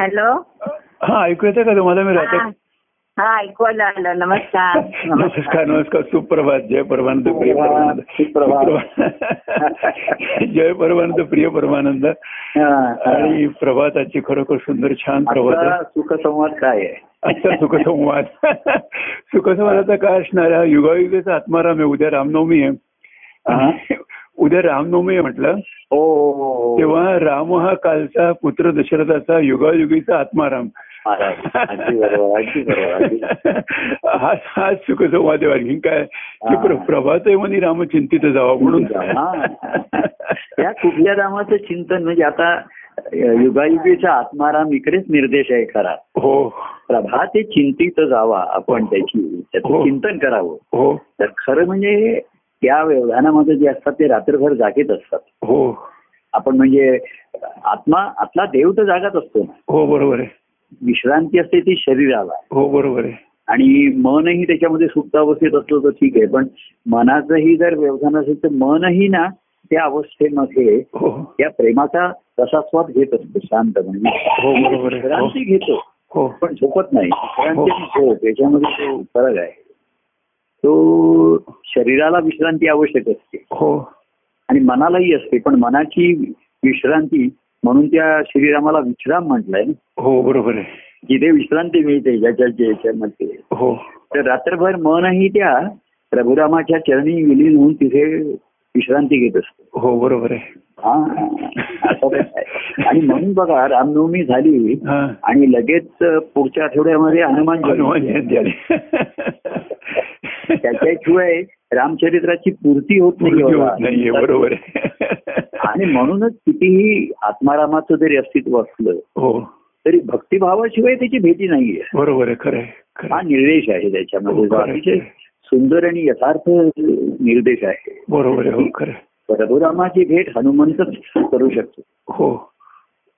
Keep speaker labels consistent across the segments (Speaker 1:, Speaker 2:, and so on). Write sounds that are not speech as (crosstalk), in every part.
Speaker 1: Hello
Speaker 2: हा ऐकू येते का तुम्हाला मी
Speaker 1: हा
Speaker 2: राहते
Speaker 1: हा, ऐकू आलं आलं नमस्कार
Speaker 2: (laughs) नमस्कार नमस्कार सुप्रभात जय परमानंद प्रिय परमानंद
Speaker 3: सुप्रभात.
Speaker 2: सुप्रभात. (laughs) जय परमानंद प्रिय परमानंद आणि प्रभाताची खरोखर सुंदर छान प्रभात आहे.
Speaker 3: सुखसंवाद काय आहे
Speaker 2: आजचा सुखसंवाद (laughs) सुखसंवादाचा काय असणार हा युगायुगाचा आत्माराम आहे उद्या रामनवमी आहे (laughs) उद्या रामनवमी आहे म्हटलं
Speaker 3: ओ, ओ, ओ.
Speaker 2: तेव्हा राम हा कालचा पुत्र दशरथाचा युगायुगीचा आत्माराम
Speaker 3: महाराज, अगदी बरोबर अगदी बरोबर अगदी बरोबर.
Speaker 2: (laughs) हा हा सुखसंवाद आहे आणखी काय की प्र-
Speaker 3: हा.
Speaker 2: प्रभात आहे म्हणे रामचिंतित जावा म्हणून
Speaker 3: हा.
Speaker 2: (laughs)
Speaker 3: या कुठल्या रामाचं चिंतन म्हणजे आता युगायुगीचा आत्माराम इकडेच निर्देश आहे खरा
Speaker 2: हो
Speaker 3: प्रभा ते चिंतित जावा आपण त्याची
Speaker 2: हो.
Speaker 3: त्याचं चिंतन करावं
Speaker 2: हो
Speaker 3: तर खरं म्हणजे त्या व्यवधानामध्ये जे असतात ते रात्रभर जागेत असतात
Speaker 2: हो
Speaker 3: आपण म्हणजे आत्मा आतला देव तर जागाच असतो ना
Speaker 2: हो बरोबर आहे
Speaker 3: विश्रांती असते ती शरीराला
Speaker 2: हो बरोबर आहे
Speaker 3: आणि मनही त्याच्यामध्ये सुप्तावस्थेत असलं तर ठीक आहे पण मनाचंही जर व्यवधान असेल तर मनही ना त्या अवस्थेमध्ये
Speaker 2: हो
Speaker 3: या प्रेमाचा रसास्वाद घेत असतो शांतपणे
Speaker 2: हो बरोबर आहे हो.
Speaker 3: विश्रांती घेतो
Speaker 2: हो
Speaker 3: पण झोपत नाही विश्रांती आणि
Speaker 2: हो.
Speaker 3: झोप याच्यामध्ये तो फरक आहे तो शरीराला विश्रांती आवश्यक असते
Speaker 2: हो
Speaker 3: आणि मनालाही असते पण मनाची विश्रांती म्हणून त्या श्रीरामाला विश्राम म्हटलंय ना.
Speaker 2: हो बरोबर आहे
Speaker 3: जिथे विश्रांती मिळते ज्याच्या ज्याच्यामध्ये
Speaker 2: हो
Speaker 3: तर रात्रभर मनही त्या प्रभुरामाच्या चरणी विलीन होऊन तिथे विश्रांती घेत असतो
Speaker 2: हो बरोबर आहे
Speaker 3: हा असं पण आहे. आणि म्हणून बघा रामनवमी झाली
Speaker 2: हा
Speaker 3: आणि लगेच पुढच्या आठवड्यामध्ये हनुमान
Speaker 2: हनुमान
Speaker 3: जयंती
Speaker 2: जयंती आली (laughs)
Speaker 3: त्याच्याशिवाय रामचरित्राची पूर्ती होत नाही
Speaker 2: पूर्ती
Speaker 3: बघा.
Speaker 2: होत नाहीये बरोबर आहे
Speaker 3: आणि म्हणूनच कितीही आत्मारामाचं जरी अस्तित्व असलं
Speaker 2: हो
Speaker 3: तरी भक्तिभावाशिवाय त्याची भेटी नाहीये
Speaker 2: बरोबर आहे खरं आहे खरं
Speaker 3: हा
Speaker 2: आहे.
Speaker 3: निर्देश आहे त्याच्यामध्ये जो
Speaker 2: खरं आहे.
Speaker 3: अतिशय सुंदर आणि यथार्थ निर्देश आहे
Speaker 2: बरोबर आहे हो खरं आहे.
Speaker 3: प्रभुरामाची भेट हनुमंतच करू शकतो
Speaker 2: हो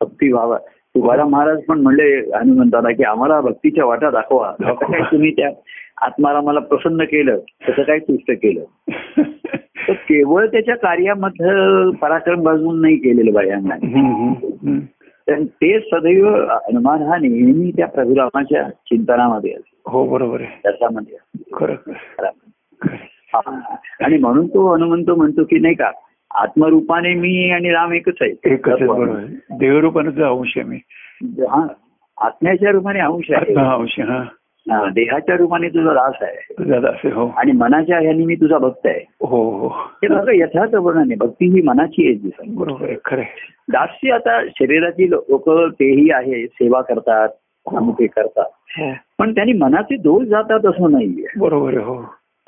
Speaker 3: भक्ती व्हावा तुकाराम महाराज पण म्हणले हनुमंताला की आम्हाला भक्तीच्या वाटा दाखवा कसं काय तुम्ही त्या आत्मारामाला प्रसन्न केलं तसं काय तुष्ट केलं तर केवळ त्याच्या कार्यामध्ये पराक्रम गाजवून नाही केलेलं बायांना
Speaker 2: हम्म, हम्म, हम्म.
Speaker 3: तर ते सदैव हनुमान हा नेहमी त्या प्रभुरामाच्या चिंतनामध्ये असतो
Speaker 2: हो बरोबर आहे
Speaker 3: रसामध्ये असतो.
Speaker 2: खरं खरं, खरं आहे.
Speaker 3: हा. आणि म्हणून तो हनुमंत म्हणतो की नाही का आत्मरूपाने मी आणि राम एकच आहे
Speaker 2: एकच आहे, बरोबर आहे देवरूपाचा अंश आहे मी
Speaker 3: हा आत्म्याच्या रूपाने अंश आहे
Speaker 2: आत्मा अंश हा
Speaker 3: हा, देहाच्या रूपाने तुझा दास आहे
Speaker 2: दादा असे हो
Speaker 3: आणि मनाच्या ह्याने मी तुझा भक्त आहे
Speaker 2: हो हो
Speaker 3: हे बघा यथार्थ वर्णन आहे भक्ती ही मनाची आहे दिसत
Speaker 2: बरोबर आहे खरं आहे.
Speaker 3: दास्य आता शरीराची लोक तेही आहे सेवा करतात अमुक हे करतात
Speaker 2: हो
Speaker 3: पण त्यांनी मनाचे दोष जातात असं नाहीये
Speaker 2: बरोबर आहे हो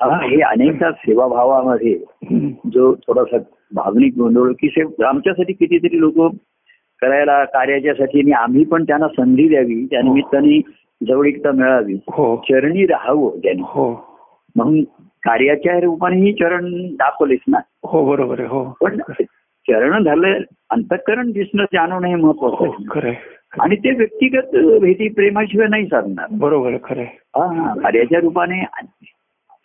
Speaker 3: हा, हे अनेकदा सेवाभावामध्ये
Speaker 2: हम्म.
Speaker 3: जो थोडासा भावनिक गोंधळ की से- आमच्यासाठी कितीतरी लोक करायला कार्याच्यासाठी आणि आम्ही पण त्यांना संधी द्यावी त्या निमित्ताने जवळीकता मिळावी
Speaker 2: हो
Speaker 3: चरणी राहावं त्यांनी
Speaker 2: हो
Speaker 3: म्हणून कार्याच्या रूपाने ही चरण दाखवलीस ना
Speaker 2: हो बरोबर आहे हो
Speaker 3: पण चरण झालं अंतःकरण दिसणं जाणवणं हे महत्वाचं
Speaker 2: हो
Speaker 3: आहे.
Speaker 2: खरं आहे.
Speaker 3: आणि ते व्यक्तिगत भेटी प्रेमाशिवाय नाही साधणार
Speaker 2: बरोबर आहे खरं आहे.
Speaker 3: हा, हा. कार्याच्या रूपाने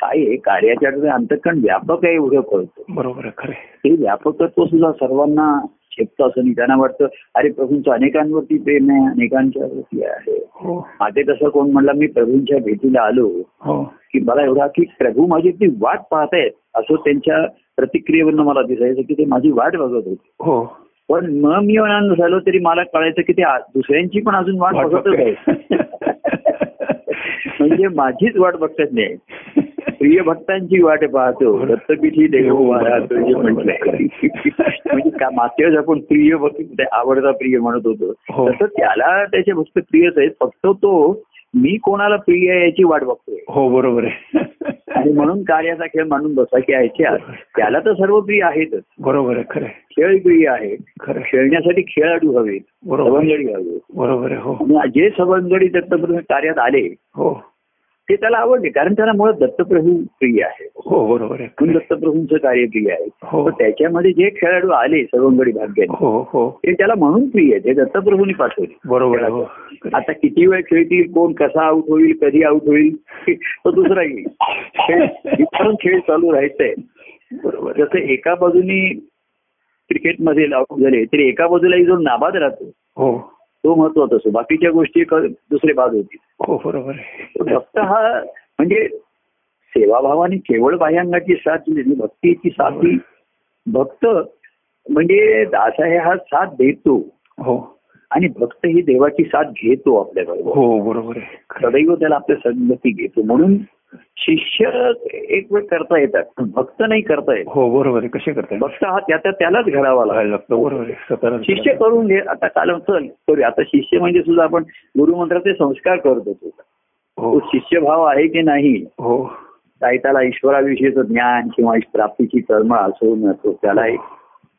Speaker 3: काय आहे, कार्याच्या रूपाने अंतःकरण व्यापक आहे एवढं कळतं
Speaker 2: बरोबर आहे खरं आहे.
Speaker 3: ते व्यापकत्व सुद्धा सर्वांना झेपतं असं नाही त्यांना वाटतं अरे प्रभूंचं अनेकांवरती प्रेम आहे अनेकांच्या वरती आहे
Speaker 2: हो
Speaker 3: माझे कसं कोण म्हणला मी प्रभूंच्या भेटीला आलो
Speaker 2: हो
Speaker 3: की मला एवढा की प्रभू माझी ती वाट पाहतायत असं त्यांच्या प्रतिक्रियेवरनं मला दिसायचं की ते माझी वाट बघत होते
Speaker 2: हो
Speaker 3: पण म मी अनाथ झालो तरी मला कळायचं की ते आ- दुसऱ्यांची पण अजून वाट
Speaker 2: वाट
Speaker 3: बघतच
Speaker 2: बघताय.
Speaker 3: आहे (laughs) म्हणजे माझीच वाट बघतच नाही प्रिय भक्तांची वाट पाहतो दत्तपीठी देव वारा तुझे म्हटलंय म्हणजे का मागच्या आपण प्रिय भक्त आवडता प्रिय म्हणत होतो
Speaker 2: हो.
Speaker 3: तसं त्याला त्याचे भक्त प्रियच आहेत फक्त तो मी कोणाला प्रिय आहे याची वाट बघतोय
Speaker 2: हो बरोबर आहे
Speaker 3: आणि म्हणून कार्याचा खेळ मांडून बसा की याच्या त्याला तर सर्व प्रिय आहेतच
Speaker 2: बरोबर आहे खरं आहे.
Speaker 3: खेळ प्रिय आहेत
Speaker 2: खरं आहे.
Speaker 3: खेळण्यासाठी खेळाडू हवेत
Speaker 2: बरोबर.
Speaker 3: सवंगडी हवे
Speaker 2: बरोबर आहे हो
Speaker 3: आणि जे सवंगडी दत्तप्रभू कार्यात आले
Speaker 2: हो
Speaker 3: ते त्याला आवडले कारण त्याला मुळात दत्तप्रभू प्रिय आहे
Speaker 2: हो बरोबर आहे
Speaker 3: म्हणून दत्तप्रभूंचं कार्य प्रिय आहे
Speaker 2: हो.
Speaker 3: तर त्याच्यामध्ये जे खेळाडू आले सवंगडी भाग्याने
Speaker 2: हो हो
Speaker 3: ते त्याला म्हणून प्रिय आहे ते दत्तप्रभूंनी पाठवले
Speaker 2: बरोबर आहे हो
Speaker 3: आता किती वेळ खेळतील कोण कसा आउट होईल कधी आउट होईल तो दुसरा येईल खेळ इथपर्यंत खेळ चालू राहायचंय
Speaker 2: बरोबर आहे.
Speaker 3: जसं एका बाजूनी क्रिकेटमध्ये आउट झाले तरी एका बाजूलाही जो नाबाद राहतो
Speaker 2: हो
Speaker 3: तो महत्वाचा असतो बाकीच्या गोष्टी क- दुसरे बाद होतील
Speaker 2: हो बरोबर आहे
Speaker 3: भक्त हा म्हणजे सेवाभावाने केवळ बाह्यांगाची साथ दिली नाही. भक्तीची साथ ही भक्त म्हणजे दास आहे हा साथ देतो
Speaker 2: हो
Speaker 3: आणि भक्त ही देवाची साथ घेतो आपल्या बरोबर
Speaker 2: हो बरोबर आहे
Speaker 3: सदैव त्याला आपल्या संगती घेतो म्हणून शिष्य एक वेळ करता येतात पण भक्त नाही करता येत
Speaker 2: हो बरोबर आहे कसे करता येईल?
Speaker 3: भक्त हा त्याचा त्यालाच घडावा लागतो
Speaker 2: व्हायला लागतं बरोबर आहे स्वतःला
Speaker 3: शिष्य तो- करून घे आता काल चल करूया आता शिष्य म्हणजे सुद्धा आपण गुरुमंत्राचे संस्कार करत होतो
Speaker 2: हो
Speaker 3: तो शिष्यभाव आहे की नाही
Speaker 2: हो
Speaker 3: साहित्याला ईश्वराविषयीचं ज्ञान किंवा ईश- प्राप्तीची तळमळ असो नसो त्याला एक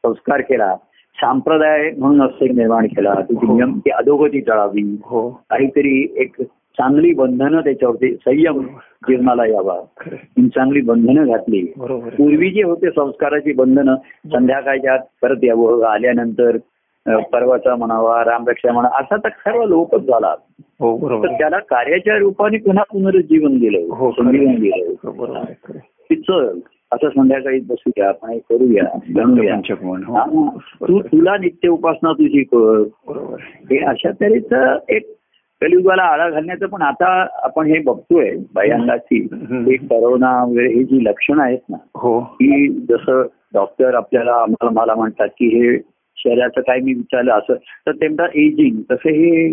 Speaker 3: संस्कार केला संप्रदाय म्हणून असं एक निर्माण केला तिची
Speaker 2: हो.
Speaker 3: नियम ती अधोगती टाळावी
Speaker 2: हो
Speaker 3: काहीतरी एक चांगली बंधनं त्याच्यावरती संयम जीवनाला यावा
Speaker 2: खरं आहे.
Speaker 3: ही चांगली बंधनं घातली
Speaker 2: बरोबर आहे.
Speaker 3: पूर्वी जे होते संस्काराची बंधनं संध्याकाळच्या आत परत यावं आल्यानंतर अ, परवाचा म्हणावा रामरक्षा म्हणा असा तर सर्व लोकच झाला
Speaker 2: हो बरोबर
Speaker 3: तर
Speaker 2: आहे.
Speaker 3: त्याला कार्याच्या रूपाने पुन्हा पुनरुज्जीवन दिलं
Speaker 2: हो
Speaker 3: संजीवन
Speaker 2: खरं आहे.
Speaker 3: दिलं
Speaker 2: हो, बरोबर आहे, खरं आहे.
Speaker 3: की चल असं संध्याकाळी बसूया आपण हे करूया जाणूया
Speaker 2: पंचकमन, हो.
Speaker 3: हा, तू तुला नित्य उपासना तुझी कर
Speaker 2: बरोबर आहे.
Speaker 3: हे अशा तऱ्हेचं एक कलियुगाला आळा घालण्याचं पण आता आपण हे बघतोय बायांगाची
Speaker 2: हम्म.
Speaker 3: हे करोना वगैरे ही जी लक्षणं आहेत ना
Speaker 2: हो
Speaker 3: की जसं डॉक्टर आपल्याला आम्हाला मला म्हणतात की हे शरीराचं काय मी विचारलं असं तर ते म्हणतात एजिंग तसं हे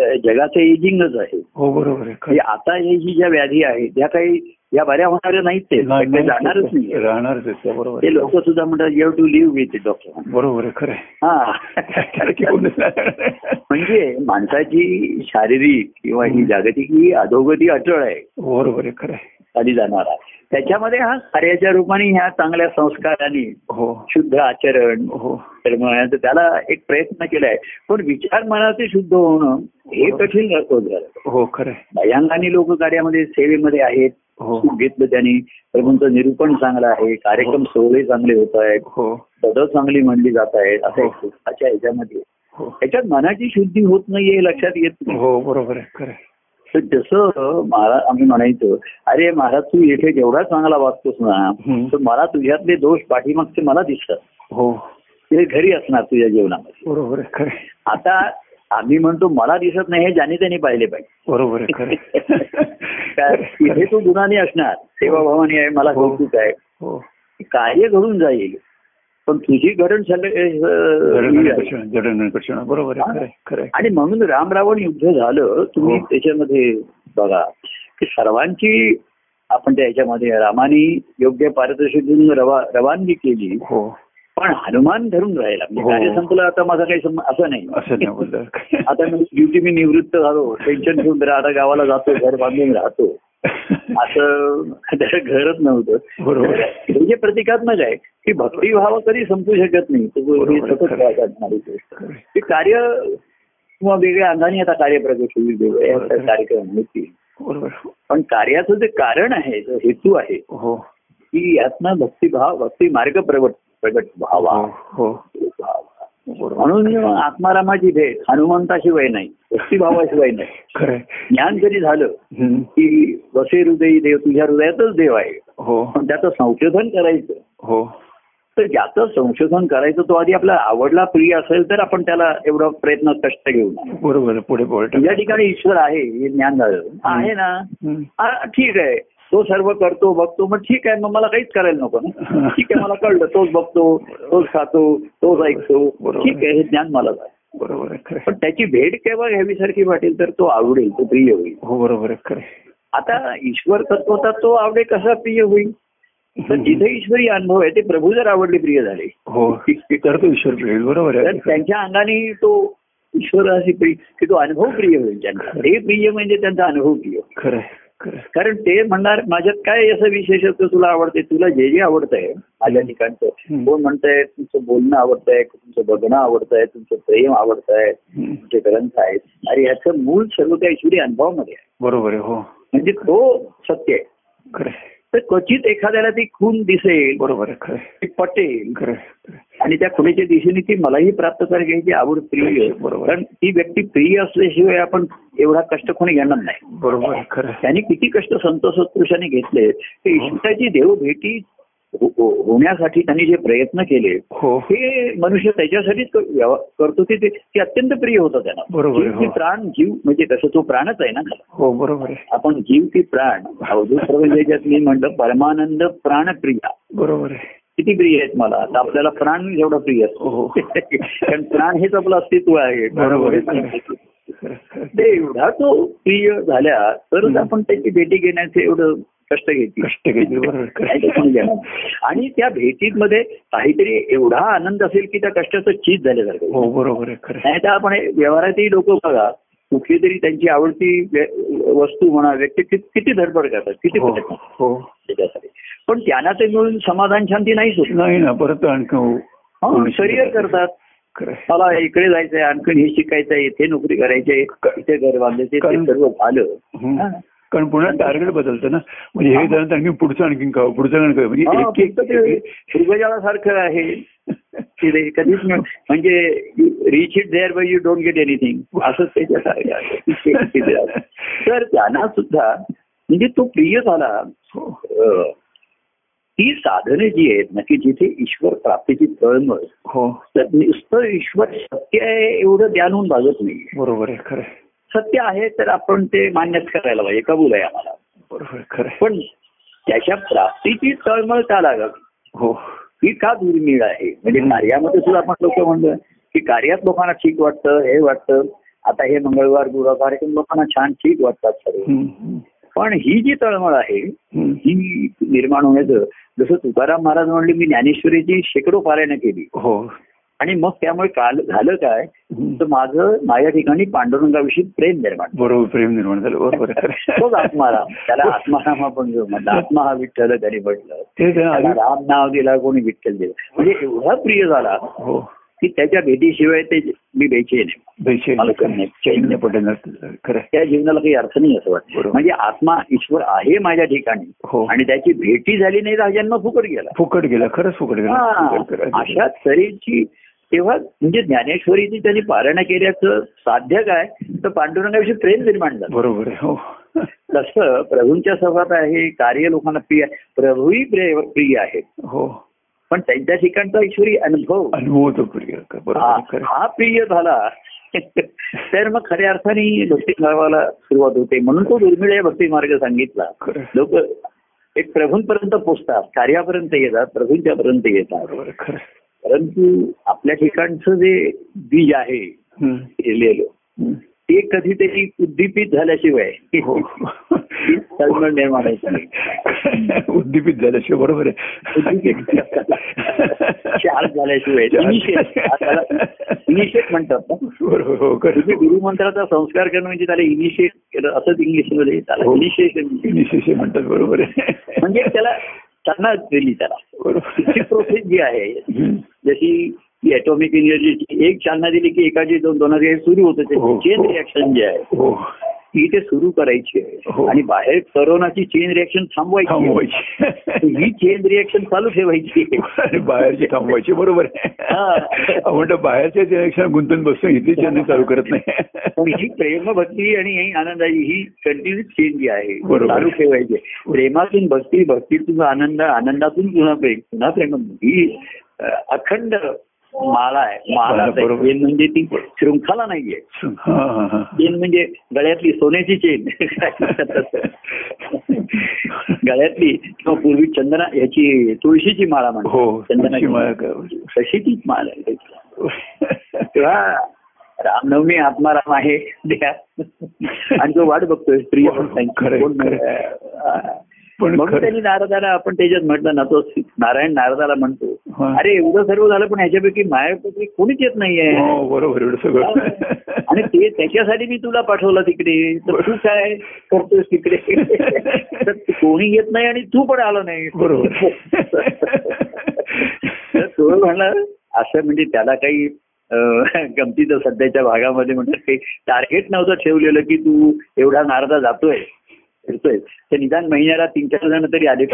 Speaker 3: अ, जगाचं एजिंगच आहे
Speaker 2: हो बरोबर आहे खरं
Speaker 3: म्हणजे आता हे जी ज्या व्याधी आहेत ह्या काही या बऱ्या होणाऱ्या नाहीत ते
Speaker 2: नाही,
Speaker 3: ते
Speaker 2: नाही,
Speaker 3: जाणारच नाही
Speaker 2: राहणारच आहे त्या, बरोबर
Speaker 3: ते
Speaker 2: आहे.
Speaker 3: लोक सुद्धा म्हणतात you to live with doctor
Speaker 2: (laughs) बरोबर आहे खरं आहे. त्याला की
Speaker 3: हा
Speaker 2: कोणीच नाही.
Speaker 3: म्हणजे माणसाची शारीरिक किंवा ही जागतिक ही अधोगती अटळ आहे
Speaker 2: हो, बरोबर आहे खरं आहे.
Speaker 3: खाली जाणारा त्याच्यामध्ये हा कार्याच्या रूपाने ह्या चांगल्या संस्काराने
Speaker 2: हो
Speaker 3: शुद्ध आचरण
Speaker 2: हो
Speaker 3: तर म्हणायचं त्याला एक प्रयत्न केलाय पण विचार मनाचे शुद्ध होणं हे कठीण होत झालं
Speaker 2: हो खरं आहे.
Speaker 3: भयांगाने लोक कार्यामध्ये सेवेमध्ये आहेत
Speaker 2: हो
Speaker 3: खूप घेतलं त्यांनी प्रभूंचं निरूपण चांगलं आहे कार्यक्रम सोहळे चांगले होत आहेत
Speaker 2: हो
Speaker 3: पदं चांगली म्हणली जात आहेत असं एक
Speaker 2: हो.
Speaker 3: सुखाच्या ह्याच्यामध्ये
Speaker 2: हो
Speaker 3: त्याच्यात मनाची शुद्धी होत नाहीये हे लक्षात येत नाही
Speaker 2: हो बरोबर आहे खरं आहे.
Speaker 3: तर जसं महाराज आम्ही म्हणायचो अरे महाराज तू इथे जेवढा चांगला वागतोस ना
Speaker 2: हम्म.
Speaker 3: तर मला तुझ्यातले दोष पाठीमागचे मला दिसतात
Speaker 2: हो
Speaker 3: ते घरी असणार तुझ्या जीवनामध्ये
Speaker 2: बरोबर आहे खरं आहे.
Speaker 3: आता आम्ही म्हणतो मला दिसत नाही हे ज्याने त्याने पाहिले पाहिजे
Speaker 2: बरोबर आहे खरं
Speaker 3: (laughs) कारण
Speaker 2: आहे.
Speaker 3: तिथे तो गुणाने असणार सेवाभावाने आहे मला
Speaker 2: हो.
Speaker 3: कौतुक आहे
Speaker 2: हो
Speaker 3: कार्य घडून जाईल पण तुझी घडण झालं- अ, ही आहे.
Speaker 2: जडणघडण, जडणघडण. बरोबर आहे खरं आहे, खरं आहे.
Speaker 3: आणि म्हणून राम रावण युद्ध झालं तुम्ही
Speaker 2: हो.
Speaker 3: त्याच्यामध्ये बघा की सर्वांची आपण त्या ह्याच्यामध्ये रामाने योग्य पारितोषिक देऊन रवा रवानगी केली
Speaker 2: हो
Speaker 3: पण हनुमान धरून राहिला म्हणजे
Speaker 2: हो.
Speaker 3: कार्य संपलं आता माझा काही संब- असं नाही
Speaker 2: असं नाही बोललं
Speaker 3: (laughs) आता मी ड्युटी मी निवृत्त झालो टेन्शन घेऊन जरा आता गावाला जातो घर बांधून राहतो असं त्याचं घरच नव्हतं
Speaker 2: बरोबर.
Speaker 3: हे जे प्रतिकात्मक आहे की भक्तिभाव कधी संपू शकत नाही तो हे
Speaker 2: बरोबर.
Speaker 3: सतत राहत असणारी गोष्ट
Speaker 2: खरं आहे.
Speaker 3: ते कार्य किंवा वेगळ्या अंगाने आता कार्य प्रगट होईल वेगळ्या
Speaker 2: बरोबर.
Speaker 3: कार्यक्रम होतील
Speaker 2: बरोबर
Speaker 3: पण कार्याचं जे कारण आहे जो हेतू आहे
Speaker 2: हो
Speaker 3: की यातनं भक्तिभाव भक्ती मार्ग प्रगट प्रगट व्हावा
Speaker 2: हो हो
Speaker 3: व्हावा.
Speaker 2: बरोबर
Speaker 3: म्हणून आत्मारामाची भेट हनुमंताशिवाय नाही भक्तिभावाशिवाय नाही
Speaker 2: खरं आहे.
Speaker 3: ज्ञान जरी झालं
Speaker 2: हम्म.
Speaker 3: की वसे हृदयी देव तुझ्या हृदयातच देव आहे
Speaker 2: हो
Speaker 3: पण त्याचं संशोधन करायचं
Speaker 2: हो
Speaker 3: तर ज्याचं संशोधन करायचं तो आधी आपला आवडला प्रिय असेल तर आपण त्याला एवढा प्रयत्न कष्ट घेऊ नये
Speaker 2: बरोबर आहे. पुढे बोल
Speaker 3: तुझ्या ठिकाणी ईश्वर आहे हे ज्ञान झालं आहे ना
Speaker 2: हम्म.
Speaker 3: आ, ठीक आहे तो सर्व करतो बघतो मग ठीक आहे मग मला काहीच करायला नको
Speaker 2: (laughs)
Speaker 3: ना ठीक आहे मला कळलं तोच बघतो तोच खातो तोच ऐकतो
Speaker 2: बरोबर.
Speaker 3: ठीक आहे हे ज्ञान मला आहे
Speaker 2: बरोबर आहे खरं
Speaker 3: पण
Speaker 2: आहे.
Speaker 3: त्याची भेट केव्हा घ्यावीसारखी वाटेल तर तो आवडेल तो प्रिय होईल
Speaker 2: हो बरोबर आहे खरं आहे.
Speaker 3: आता ईश्वर तत्वता तो आवडे कसा प्रिय होईल तर जिथे ईश्वरी अनुभव आहे ते प्रभू जर आवडले प्रिय झाले
Speaker 2: हो तर तो ईश्वर मिळेल बरोबर
Speaker 3: तर
Speaker 2: आहे
Speaker 3: त्यांच्या अंगाने तो ईश्वराशी प्रिय की तो अनुभव प्रिय होईल त्यांना ते प्रिय म्हणजे त्यांचा अनुभव प्रिय
Speaker 2: खरं आहे, खरं आहे.
Speaker 3: कारण ते म्हणणार माझ्यात काय असं विशेषत्व तुला आवडते तुला जे जे आवडतंय माझ्या ठिकाणचं
Speaker 2: हम्म.
Speaker 3: कोण म्हणतंय तुमचं बोलणं आवडतंय तुमचं बघणं आवडतंय तुमचं प्रेम आवडतंय
Speaker 2: हम्म.
Speaker 3: तुमचे ग्रंथ आहेत अरे ह्याचं मूळ सर्व त्या ईश्वरी अनुभवामध्ये आहे
Speaker 2: बरोबर आहे हो
Speaker 3: म्हणजे तो सत्य आहे
Speaker 2: खरं आहे.
Speaker 3: तर क्वचित एखाद्याला ती खून दिसेल
Speaker 2: बरोबर आहे खरं आहे.
Speaker 3: ती पटेल
Speaker 2: खरं आहे, खरं आहे.
Speaker 3: आणि त्या खुणेच्या दिशेने ती मलाही प्राप्त करायला घ्यायची आवड प्रिय आहे.
Speaker 2: बरोबर.
Speaker 3: कारण ती व्यक्ती प्रिय असल्याशिवाय आपण एवढा कष्ट कोणी घेणार नाही
Speaker 2: बरोबर आहे खरं आहे. हो.
Speaker 3: त्यांनी किती कष्ट संत सत्पुरुषांनी घेतले ते इष्टाची देवभेटी हो- हो- होण्यासाठी त्यांनी जे प्रयत्न केले
Speaker 2: हो
Speaker 3: हे मनुष्य त्याच्यासाठीच कर- व्यव- करतो की ते ते अत्यंत प्रिय होतं त्यांना
Speaker 2: बरोबर आहे,
Speaker 3: जीव की
Speaker 2: हो.
Speaker 3: प्राण जीव म्हणजे कसं तो प्राणच आहे ना
Speaker 2: हो बरोबर आहे
Speaker 3: आपण जीव की प्राण अवधूत प्रवंचाच्यात मी म्हणलं परमानंद प्राणप्रिया
Speaker 2: बरोबर आहे
Speaker 3: किती प्रिय आहेत मला आता आपल्याला प्राण जेवढा प्रिय
Speaker 2: हो.
Speaker 3: असतो (laughs) कारण प्राण हेच आपलं अस्तित्व आहे
Speaker 2: बरोबर आहे.
Speaker 3: प्राण हेच ते एवढा तो प्रिय झाल्या तरच आपण त्याची भेटी घेण्याचे एवढं कष्ट घेतली
Speaker 2: कष्ट घेतले
Speaker 3: (laughs)
Speaker 2: बरोबर
Speaker 3: काय ते कोणी
Speaker 2: आहे.
Speaker 3: घेणार? आणि त्या भेटीमध्ये काहीतरी एवढा आनंद असेल की त्या कष्टाचं चीज झाल्यासारखं
Speaker 2: हो बरोबर आहे खरं आहे.
Speaker 3: नाही तर आपण हे व्यवहारातही लोक बघा कुठली तरी त्यांची आवडती व्य- वस्तू म्हणा व्यक्ती कित- किती धडपड करतात किती
Speaker 2: हो
Speaker 3: प्रयत्न
Speaker 2: हो
Speaker 3: त्याच्यासाठी पण त्यांना ते मिळून समाधान शांती नाहीच होत
Speaker 2: नाही ना परत आणखी हो.
Speaker 3: हं, शरीर करतात
Speaker 2: खरं आहे.
Speaker 3: मला इकडे जायचंय आणखीन हे शिकायचंय इथे नोकरी करायची आहे, इथे घर बांधायचे ते
Speaker 2: कारण-
Speaker 3: सर्व झालं
Speaker 2: हं.
Speaker 3: हं.
Speaker 2: कारण पुन्हा टार्गेट बदलतं ना म्हणजे हे झालं तर आणखी पुढचं आणखीन खावं पुढचं आणखी
Speaker 3: हं,
Speaker 2: म्हणजे एक
Speaker 3: फक्त ते
Speaker 2: एक
Speaker 3: मृगजळासारखं आहे की ते कधीच न- म्हणजे reach it there by you don't get anything असंच त्याच्यासारखं (laughs) आहे. तर त्यांना सुद्धा म्हणजे तो प्रिय झाला
Speaker 2: हो
Speaker 3: अं, ती साधने जी आहेत ना की जिथे ईश्वर प्राप्तीची तळमळ
Speaker 2: हो
Speaker 3: तर नुसतं ईश्वर सत्य आहे एवढं ध्यान होऊन भागत नाही
Speaker 2: बरोबर आहे खरं आहे.
Speaker 3: सत्य आहे तर आपण ते मान्यच करायला पाहिजे कबूल आहे आम्हाला
Speaker 2: बरोबर आहे, खरं आहे.
Speaker 3: पण त्याच्या प्राप्तीची तळमळ का लागावी
Speaker 2: हो
Speaker 3: ही का दुर्मिळ आहे म्हणजे कार्यामध्ये सुद्धा आपण लोक म्हणलं की कार्यात लोकांना ठीक वाटतं हे वाटतं आता हे मंगळवार गुरुवार कार्यक्रम लोकांना छान ठीक वाटतात सर्व
Speaker 2: हं, हं,
Speaker 3: पण ही जी तळमळ आहे
Speaker 2: हं.
Speaker 3: ही निर्माण होण्याचं जसं तुकाराम महाराज म्हणले मी ज्ञानेश्वरीची शेकडो पारायणं केली
Speaker 2: हो
Speaker 3: आणि मग त्यामुळे काल झालं काय
Speaker 2: हं.
Speaker 3: तर माझं माझ्या ठिकाणी पांडुरंगाविषयी प्रेम निर्माण
Speaker 2: बरोबर प्रेम निर्माण झालं बरोबर आहे, खरं आहे. हो.
Speaker 3: तोच आत्माराम हो, त्याला आत्माराम आपण जो म्हणतो आत्मा हा विठ्ठल त्याने म्हटलं
Speaker 2: तेच आहे,
Speaker 3: त्याला
Speaker 2: आधी-
Speaker 3: राम नाव दिला कोणी विठ्ठल दिला म्हणजे एवढा प्रिय झाला
Speaker 2: हो
Speaker 3: की त्याच्या भेटीशिवाय ते मी बेचैन आहे
Speaker 2: दैशे
Speaker 3: मला कळलं.
Speaker 2: चैन्य पटेल नसतं. खरं आहे.
Speaker 3: त्या जीवनाला काही अर्थ नाही असं वाटतं
Speaker 2: बरोबर.
Speaker 3: म्हणजे आत्मा ईश्वर आहे माझ्या ठिकाणी
Speaker 2: हो
Speaker 3: आणि त्याची भेटी झाली नाही तर हा जन्म फुकट गेला
Speaker 2: फुकट गेला खरंच फुकट गेला
Speaker 3: हा,
Speaker 2: फुकट गेला.
Speaker 3: अशा तऱ्हेची तेव्हा म्हणजे ज्ञानेश्वरीची त्यांनी पारायण केल्याचं साध्य काय तर पांडुरंगाविषयी प्रेम निर्माण झालं
Speaker 2: बरोबर आहे हो
Speaker 3: तसं प्रभूंच्या सभात आहे कार्य लोकांना प्रिय आहे प्रभूही प्रिय प्रिय आहेत
Speaker 2: हो
Speaker 3: पण त्यांच्या ठिकाणचा ईश्वरी अनुभव
Speaker 2: अनुभव तो फुकट गेला बरोबर
Speaker 3: हा
Speaker 2: आहे, खरं आहे.
Speaker 3: हा प्रिय झाला (laughs) तर मग खऱ्या अर्थाने भक्ती मार्गाला सुरुवात होते म्हणून तो दुर्मिळ आहे भक्ती मार्ग सांगितला
Speaker 2: खरं आहे.
Speaker 3: लोक एक प्रभूंपर्यंत पोचतात कार्यापर्यंत येतात प्रभूंच्या पर्यंत येतात
Speaker 2: बरोबर आहे, खरं आहे.
Speaker 3: परंतु आपल्या ठिकाणचं जे बीज आहे
Speaker 2: हम्म,
Speaker 3: केलेलं
Speaker 2: हम्म.
Speaker 3: ते कधीतरी उद्दीपित झाल्याशिवाय
Speaker 2: हो
Speaker 3: तळमळ निर्माण होत नाही.
Speaker 2: उद्दीपित झाल्याशिवाय बरोबर आहे
Speaker 3: शार्प झाल्याशिवाय इनिशिएट त्याला इनिशिएट म्हणतात ना
Speaker 2: बरोबर हो खरं
Speaker 3: म्हणजे गुरुमंत्राचा संस्कार करणं म्हणजे त्याला इनिशिएट केलं असंच इंग्लिशमध्ये त्याला
Speaker 2: हो.
Speaker 3: इनिशिएशन
Speaker 2: इनिशिएशन म्हणतात बरोबर आहे
Speaker 3: म्हणजे त्याला चालना दिली त्याला
Speaker 2: बरोबर
Speaker 3: ती प्रोसेस जी आहे
Speaker 2: हम्म.
Speaker 3: जशी ऍटॉमिक एनर्जीची एक चालना दिली की एकाची दोन दोनाची हे सुरू होतं
Speaker 2: हो,
Speaker 3: त्याची चेन
Speaker 2: हो.
Speaker 3: रिॲक्शन जे आहे
Speaker 2: हो
Speaker 3: ती ते सुरू करायची आहे
Speaker 2: हो.
Speaker 3: आणि बाहेर करोनाची चेन रिॲक्शन थांबवायची आहे.
Speaker 2: थांबवायची
Speaker 3: ही चेन रिॲक्शन चालू ठेवायची आहे.
Speaker 2: (laughs) आणि बाहेरचे थांबवायचे बरोबर आहे
Speaker 3: हा.
Speaker 2: म्हणलं बाहेरच्या जनरेशन गुंतून बसतो इथे चेन्नई चालू करत नाही
Speaker 3: पण ही प्रेम भक्ती आणि ही आनंदाची ही कंटिन्यू चेंज जी आहे
Speaker 2: बरोबर.
Speaker 3: चालू ठेवायची आहे. प्रेमातून भक्ती भक्तीतून आनंद आनंदातून पुन्हा प्रेम पुन्हा प्रेम ही अ, अखंड माला आहे म्हणजे माला
Speaker 2: बरोबर. हा, हा, हा.
Speaker 3: चेन म्हणजे गळ्यातली सोन्याची चेन (laughs) गळ्यातली किंवा पूर्वी चंदना याची तुळशीची माळा
Speaker 2: हो
Speaker 3: म्हणतो
Speaker 2: तुमची माया
Speaker 3: चंदना
Speaker 2: काय-
Speaker 3: तशी तीच माळा आहे. तेव्हा रामनवमी आत्माराम आहे द्या आणि तो वाट बघतोय स्त्री
Speaker 2: हो, खरं आहे, खरं पण
Speaker 3: म्हणून
Speaker 2: खरं-
Speaker 3: त्यांनी नारदाला आपण त्याच्यात म्हटलं ना तो नारायण नारदाला म्हणतो
Speaker 2: हा.
Speaker 3: अरे एवढं सर्व झालं पण ह्याच्यापैकी मायापैकी कोणीच येत नाहीये
Speaker 2: हो बरोबर एवढं
Speaker 3: हो. आणि
Speaker 2: सगळं
Speaker 3: ते त्याच्यासाठी मी तुला पाठवलं तिकडे तर तू काय करतोस
Speaker 2: (laughs)
Speaker 3: तिकडे तर कोणी येत नाही आणि तू पण आला नाही
Speaker 2: बरोबर
Speaker 3: (laughs) तर तो म्हणला असं म्हणजे त्याला काही अं, गमतीचं सध्याच्या भागामध्ये म्हणतात काही टार्गेट नव्हतं ठेवलेलं की तू एवढा नारदा जातोय फिरतोय तर निदान महिन्याला तीन चार जण तरी आले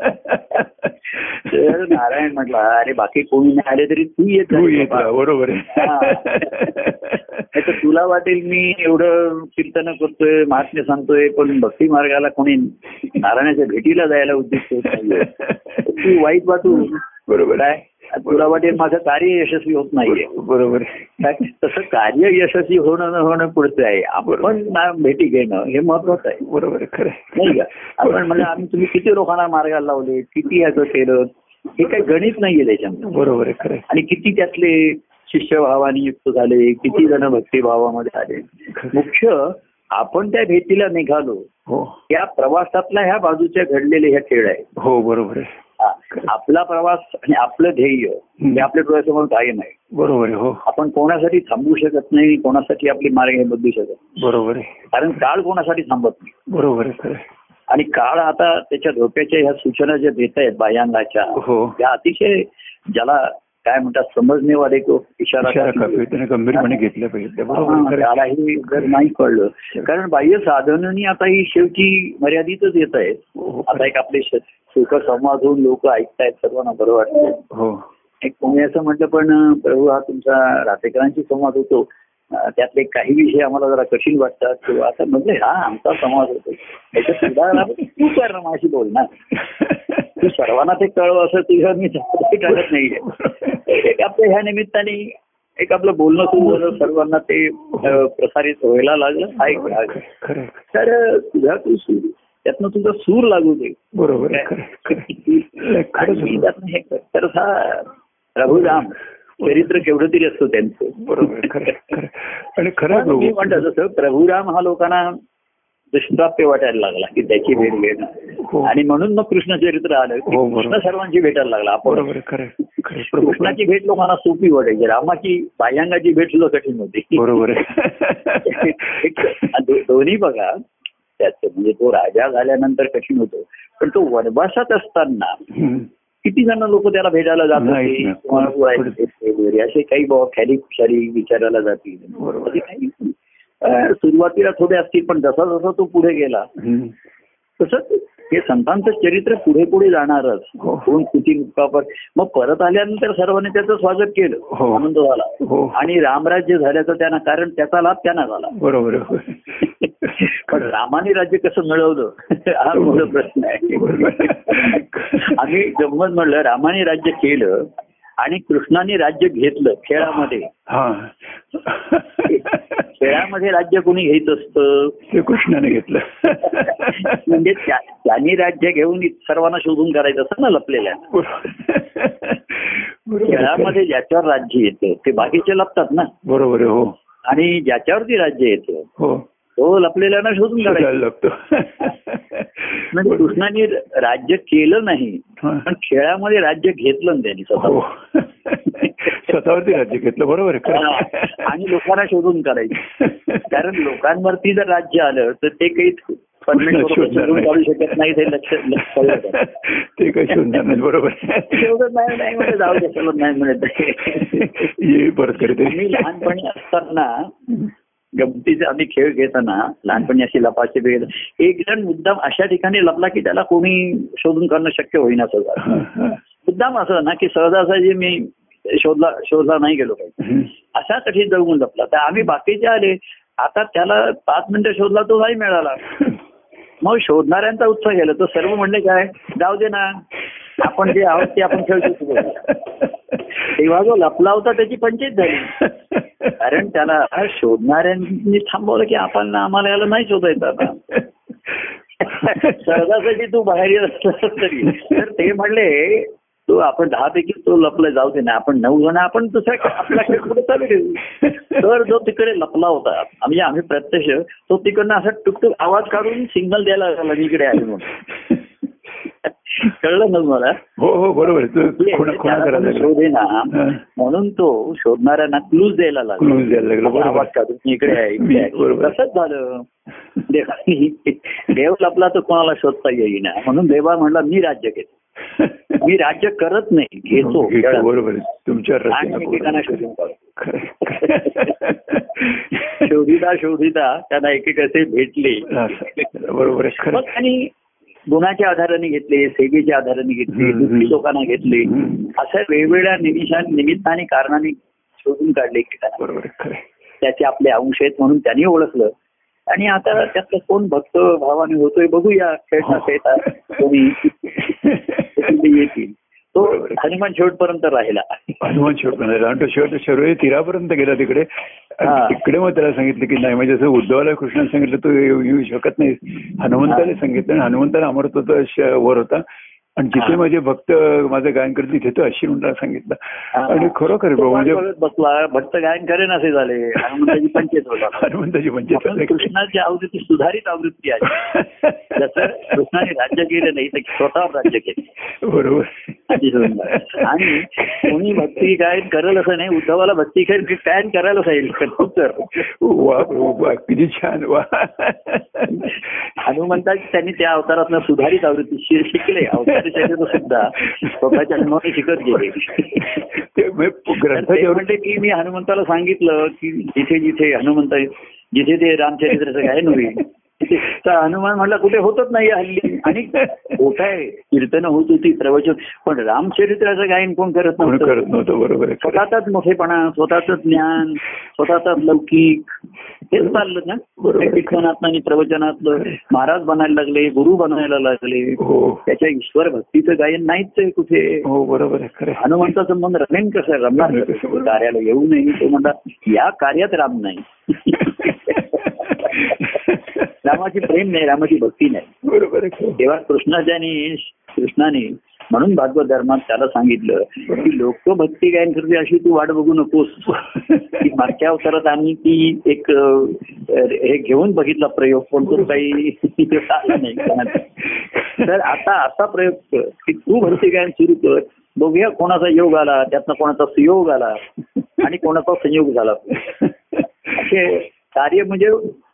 Speaker 3: पाहिजे तर नारायण म्हटला अरे बाकी कोणी नाही आले तरी तू येत
Speaker 2: तू
Speaker 3: नाही
Speaker 2: येत
Speaker 3: बाबा.
Speaker 2: राहा, बरोबर
Speaker 3: हा.
Speaker 2: आहे
Speaker 3: नाही तर तुला तुला वाटेल मी एवढं कीर्तन करतोय महात्म्य सांगतोय पण भक्ती मार्गाला कोणी नारायणाच्या भेटीला जायला उद्युक्त होत नाहीये. तू वाईट वाटू
Speaker 2: बरोबर
Speaker 3: काय तुला वाटेल माझं कार्य यशस्वी होत नाहीये
Speaker 2: बरोबर आहे.
Speaker 3: काय? तसं कार्य यशस्वी होणं न होणं पुढचं आहे आपण ना भेटी घेणं हे महत्वाचं आहे
Speaker 2: बरोबर आहे, खरं आहे.
Speaker 3: नाही का आपण म्हणजे आम्ही तुम्ही किती लोकांना मार्गाला लावले किती ह्याचं केलं हे काही गणित नाहीये त्याच्यामध्ये
Speaker 2: बरोबर आहे खरं आहे.
Speaker 3: आणि किती त्यातले शिष्यभावाने युक्त झाले किती जण भक्तिभावामध्ये आले मुख्य आपण त्या भेटीला निघालो
Speaker 2: हो
Speaker 3: या प्रवासातला ह्या बाजूच्या घडलेले ह्या खेळ आहेत
Speaker 2: हो बरोबर आहे
Speaker 3: हा. आपला प्रवास आणि आपलं ध्येय हे आपल्या डोळ्यासमोर कायम आहे
Speaker 2: बरोबर आहे हो
Speaker 3: आपण कोणासाठी थांबू शकत नाही कोणासाठी आपले मार्ग हे बदलू शकत नाही.
Speaker 2: बरोबर आहे
Speaker 3: कारण काळ कोणासाठी थांबत नाही
Speaker 2: बरोबर आहे खरं आहे.
Speaker 3: आणि काळ आता त्याच्या धोक्याच्या ह्या सूचना ज्या देत आहेत बाह्यांगाच्या
Speaker 2: हो
Speaker 3: त्या अतिशय ज्याला काय म्हणतात समजणेवाद एक इशारा
Speaker 2: इशारा
Speaker 3: करतो.
Speaker 2: काफी त्याने गंभीरपणे घेतलं पाहिजे बरोबर आहे,
Speaker 3: हा,
Speaker 2: खरं आहे.
Speaker 3: त्याला हे जर नाही कळलं कारण बाह्य साधनांनी आता ही शेवटी मर्यादितच येत आहेत
Speaker 2: हो, हो, खरं
Speaker 3: आता
Speaker 2: आहे.
Speaker 3: एक आपले सुख संवाद होऊन लोक ऐकतायत सर्वांना बरं वाटतंय
Speaker 2: हो
Speaker 3: एक कोणी असं म्हटलं पण प्रभू हा तुमचा रातेकरांशी संवाद होतो अं, त्यातले काही विषय आम्हाला जरा कठीण वाटतात किंवा असं म्हणजे हा आमचा संवाद होतो त्याच्यात तुला तू कर ना माझी बोल ना तू सर्वांना ते कळव असं तुझ्या मी ते कळत नाहीये एक आपल्या ह्या निमित्ताने एक आपलं बोलणं सुरू झालं सर्वांना ते अं, प्रसारित व्हायला लागलं हा एक भाग आहे.
Speaker 2: खरं आहे.
Speaker 3: तर अं, तुझा तू सूर त्यातनं तुझा सूर लागू दे
Speaker 2: बरोबर आहे खरं आहे, खरं आहे. खरंच
Speaker 3: आणि
Speaker 2: बरोबर.
Speaker 3: त्यातनं हे कर. तर हा रघुराम चरित्र केवढं तरी असतो त्यांचं
Speaker 2: बरोबर आहे, खरं आहे, खरं आहे. आणि खरं आहे,
Speaker 3: पण मी
Speaker 2: प्रभू.
Speaker 3: म्हणतो जसं प्रभुराम हा लोकांना दुष्प्राप्य वाटायला लागला की त्याची भेट
Speaker 2: हो.
Speaker 3: घेणं आणि म्हणून मग कृष्णचरित्र आलं की
Speaker 2: हो, बरोबर.
Speaker 3: कृष्ण सर्वांची भेटायला लागला आपण
Speaker 2: बरोबर आहे, खरं आहे, खरं आहे, प्रभू.
Speaker 3: कृष्णाची भेट लोकांना सोपी वाटायची रामाची बाह्यांगाची भेट सुद्धा कठीण होती
Speaker 2: बरोबर
Speaker 3: (laughs) एक
Speaker 2: आहे
Speaker 3: दो- दोन्ही बघा त्याचं म्हणजे तो राजा झाल्यानंतर कठीण होतो पण तो वनवासात असताना
Speaker 2: हम्म.
Speaker 3: किती जण लोक त्याला भेटायला जात
Speaker 2: नाही,
Speaker 3: होते
Speaker 2: नाही.
Speaker 3: कोणाला बोलायचं ते वगैरे असे काही बाबा खॅरी खुशारी विचारायला जातील
Speaker 2: बरोबर.
Speaker 3: असे काही अं, सुरुवातीला थोडे असतील पण जसा जसा तो पुढे गेला
Speaker 2: हम्म.
Speaker 3: तसंच हे संतांचं चरित्र पुढे पुढे जाणारच
Speaker 2: हो.
Speaker 3: कोण किती मुक्कापर मग परत आल्यानंतर सर्वांनी त्याचं स्वागत
Speaker 2: हो.
Speaker 3: केलं आनंद झाला
Speaker 2: हो
Speaker 3: आणि रामराज्य झाल्याचं त्यांना कारण त्याचा लाभ त्यांना झाला
Speaker 2: बरोबर आहे. हो.
Speaker 3: पण रामाने राज्य कसं मिळवलं हा
Speaker 2: हो.
Speaker 3: मोठा प्रश्न आहे आम्ही गंमत म्हणलं रामाने राज्य केलं आणि कृष्णाने राज्य घेतलं खेळामध्ये
Speaker 2: हा
Speaker 3: खेळामध्ये राज्य कोणी घेत असतं
Speaker 2: ते कृष्णाने घेतलं
Speaker 3: म्हणजे त्या- त्यांनी राज्य घेऊन सर्वांना शोधून करायचं असतं ना लपलेल्या
Speaker 2: बरोबर. बरोबर आहे.
Speaker 3: खेळामध्ये ज्याच्यावर राज्य येतं ते बाकीचे लपतात ना
Speaker 2: बरोबर आहे, हो
Speaker 3: आणि ज्याच्यावरती राज्य येतं
Speaker 2: हो
Speaker 3: तो लपलेल्यांना शोधून
Speaker 2: शोधायला
Speaker 3: काढायचं
Speaker 2: लागतो
Speaker 3: म्हणजे कृष्णाने राज्य केलं नाही
Speaker 2: हा.
Speaker 3: पण (laughs) खेळामध्ये राज्य घेतलं ना त्यांनी
Speaker 2: हो
Speaker 3: स्वतः
Speaker 2: स्वतःवरती राज्य घेतलं बरोबर आहे खरं आहे.
Speaker 3: आणि लोकांना शोधून काढायचं कारण लोकांवरती जर राज्य आलं तर ते काही
Speaker 2: कृष्ण
Speaker 3: permanent
Speaker 2: (laughs)
Speaker 3: स्वरूपात
Speaker 2: शोधणार
Speaker 3: शोधून
Speaker 2: नाही.
Speaker 3: काढू शकत नाही ते लक्ष लक्ष कळलं का?
Speaker 2: ते काही शोधणार नाही बरोबर आहे.
Speaker 3: शोधत नाही नाही म्हणजे जाऊ दे शोधत नाही म्हणत
Speaker 2: ये परत करते
Speaker 3: आम्ही लहानपणी असताना गमतीचे आम्ही खेळ घेताना लहानपणी अशी लपाशी वगैरे एक जण मुद्दाम अशा ठिकाणी लपला की त्याला कोणी शोधून काढणं शक्य होईना सहजा
Speaker 2: हा, हा.
Speaker 3: मुद्दाम असं ना की सहजासहजी मी शोधला शोधला नाही गेलो काही
Speaker 2: हम्म.
Speaker 3: असा कठीण जाऊन लपला तर आम्ही बाकीचे आले आता त्याला पाच मिनिटं शोधला तो नाही मिळाला मग शोधणाऱ्यांचा उत्साह गेला तर सर्व म्हणले काय जाऊ दे ना आपण जे आहोत ते आपण खेळतो तेव्हा जो लपला होता त्याची पंचायत झाली कारण त्याला शोधणाऱ्यांनी थांबवलं की आपण ना आम्हाला याला नाही शोधायचं आता सहजासाठी तू बाहेर येत असलास तरी तर ते म्हणले तो आपण दहा पैकी तो लपला जाऊ दे ना आपण नऊ जण आपण दुसऱ्या आपला खेळ कुठे चालू ठेवू तर जो तिकडे लपला होता म्हणजे आम्ही प्रत्यक्ष तो तिकडनं असा टुकटुक आवाज काढून सिग्नल द्यायला लागला मी इकडे आले म्हणून (laughs) कळलं ना तुम्हाला
Speaker 2: हो हो बरोबर आहे. तू खुणा खुणा
Speaker 3: त्याला
Speaker 2: करायला लागला.
Speaker 3: कोणी शोध येईना
Speaker 2: हा.
Speaker 3: म्हणून तो शोधणाऱ्यांना क्लूज द्यायला लागला
Speaker 2: क्लूज द्यायला लागला बरोबर
Speaker 3: आवाज काढून मी इकडे आहे, इकडे आहे.
Speaker 2: बरोबर.
Speaker 3: तसंच झालं देवानी देव लपला तर कोणाला शोधता येईना म्हणून देवा म्हणला मी राज्य घेतो मी राज्य करत नाही घेतो
Speaker 2: घेतो,
Speaker 3: खेळत.
Speaker 2: बरोबर आहे. तुमच्या
Speaker 3: आणि
Speaker 2: रचना
Speaker 3: एकेकांना
Speaker 2: बरोबर.
Speaker 3: शोधून काढतो
Speaker 2: खरं आहे.
Speaker 3: शोधिता शोधिता त्यांना एकेकाचे भेटले
Speaker 2: असं. बरोबर आहे खरं
Speaker 3: मग
Speaker 2: आहे.
Speaker 3: त्यांनी गुणाच्या आधाराने घेतले सेवेच्या आधाराने घेतले
Speaker 2: हम्म, हम्म.
Speaker 3: दुःखी लोकांना घेतले
Speaker 2: हम्म.
Speaker 3: असं वेगवेगळ्या निमिषा निमित्ताने कारणाने शोधून काढले एकेकाला
Speaker 2: बरोबर आहे खरं आहे.
Speaker 3: त्याचे आपले अंश आहेत म्हणून त्यांनी ओळखलं आणि आता त्यातलं कोण भक्त भावाने होतोय बघूया खेळता
Speaker 2: हो.
Speaker 3: खेळता कोणी कुठे येतील तो हनुमान शेवटपर्यंत राहिला
Speaker 2: हनुमान शेवटपर्यंत आणि तो शेवट शरीर तीरापर्यंत गेला तिकडे आणि
Speaker 3: हा.
Speaker 2: तिकडे मग त्याला सांगितलं की नाही म्हणजे असं उद्धवाला कृष्णाला सांगितलं तू येऊ येऊ शकत नाहीस हनुमंताला सांगितलं आणि हनुमंताला अमरत्वाचा श- वर होता आणि जिथे
Speaker 3: हा.
Speaker 2: माझे भक्त माझं गायन करतील तिथे तो अशी म्हणून
Speaker 3: हा.
Speaker 2: सांगितलं आणि खरोखर
Speaker 3: तो
Speaker 2: भाऊ म्हणजे
Speaker 3: बघत बसला भक्त गायन करेन असे झाले हनुमंताची पंचायत
Speaker 2: (laughs)
Speaker 3: होता
Speaker 2: हनुमंताची पंचायत
Speaker 3: आपण
Speaker 2: झाली.
Speaker 3: कृष्णाची आवृत्ती सुधारित आवृत्ती आहे जसं कृष्णाने राज्य केलं नाही तर स्वतः राज्य केलं
Speaker 2: बरोबर
Speaker 3: अशी सुंदर. आणि कोणी भक्ती गायन करेल असं नाही उद्धवाला भक्ती खेळ गायन करायला सांगितलं तर
Speaker 2: वा प्रभू, वा किती छान वा
Speaker 3: हनुमंताची त्यांनी त्या अवतारातनं सुधारित आवृत्ती शि- शिकले अवतार शरीर सुद्धा स्वतःच्या हनुमाने शिकत गेले
Speaker 2: ते म्हणजे
Speaker 3: तर ते
Speaker 2: ग्रंथाच्या
Speaker 3: म्हणते की मी हनुमंताला सांगितलं की जिथे जिथे हनुमंत जिथे ते रामचरित्राचं गायन होईल तिथे- तर हनुमान म्हणला कुठे होतच नाही हल्ली आणि होत आहे कीर्तन होत होती प्रवचन पण रामचरित्राचं गायन कोण करत
Speaker 2: कोण
Speaker 3: नव्हतं
Speaker 2: करत नव्हतं बरोबर आहे खरं.
Speaker 3: स्वतःचाच मोठेपणा स्वतःच ज्ञान स्वतःचाच लौकिक हेच चाललं ना
Speaker 2: बरोबर.
Speaker 3: त्या कीर्तनातनं आणि प्रवचनातलं महाराज बनायला लागले गुरु बनायला लागले
Speaker 2: हो
Speaker 3: त्याच्या ईश्वर भक्तीचं गायन नाहीच आहे कुठे
Speaker 2: हो बरोबर आहे खरं आहे.
Speaker 3: हनुमंताचं मन रमेन कसं रमणार कसं? कार्याला येऊ नये तो म्हणला या कार्यात राम (laughs) नाही रामाची प्रेम नाही रामाची भक्ती नाही
Speaker 2: बरोबर आहे खरं.
Speaker 3: तेव्हा कृष्णाच्याने कृष्णाने म्हणून भागवत धर्मात त्याला सांगितलं की लोकभक्ती गायन करते अशी तू वाट बघू नकोस की मागच्या अवतारात आम्ही ती एक अं, हे घेऊन बघितला प्रयोग पण तो काही आला नाही तर आता असा प्रयोग कर की तू भरती गायन सुरू कर बघूया कोणाचा योग आला त्यातनं कोणाचा सुयोग आला आणि कोणाचा संयोग झाला असे कार्य म्हणजे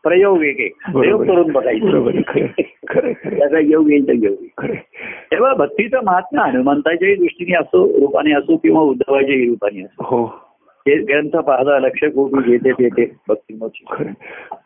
Speaker 3: प्रयोग एक एक प्रयोग
Speaker 2: बरोबर
Speaker 3: करून
Speaker 2: आहे. बरोबर आहे. खरं
Speaker 3: बघायचं
Speaker 2: आहे. खरं आहे. खरं आहे.
Speaker 3: त्याचा योग येईल तर योग येईल.
Speaker 2: खरं आहे.
Speaker 3: तेव्हा भक्तीचं महात्म्य हनुमंताच्याही दृष्टीने असो रूपाने असो किंवा उद्धवाच्याही रूपाने असो
Speaker 2: हो
Speaker 3: हे ग्रंथ पाहता लक्ष कोठून घेते तेथे भक्ती मोठी
Speaker 2: खरं आहे.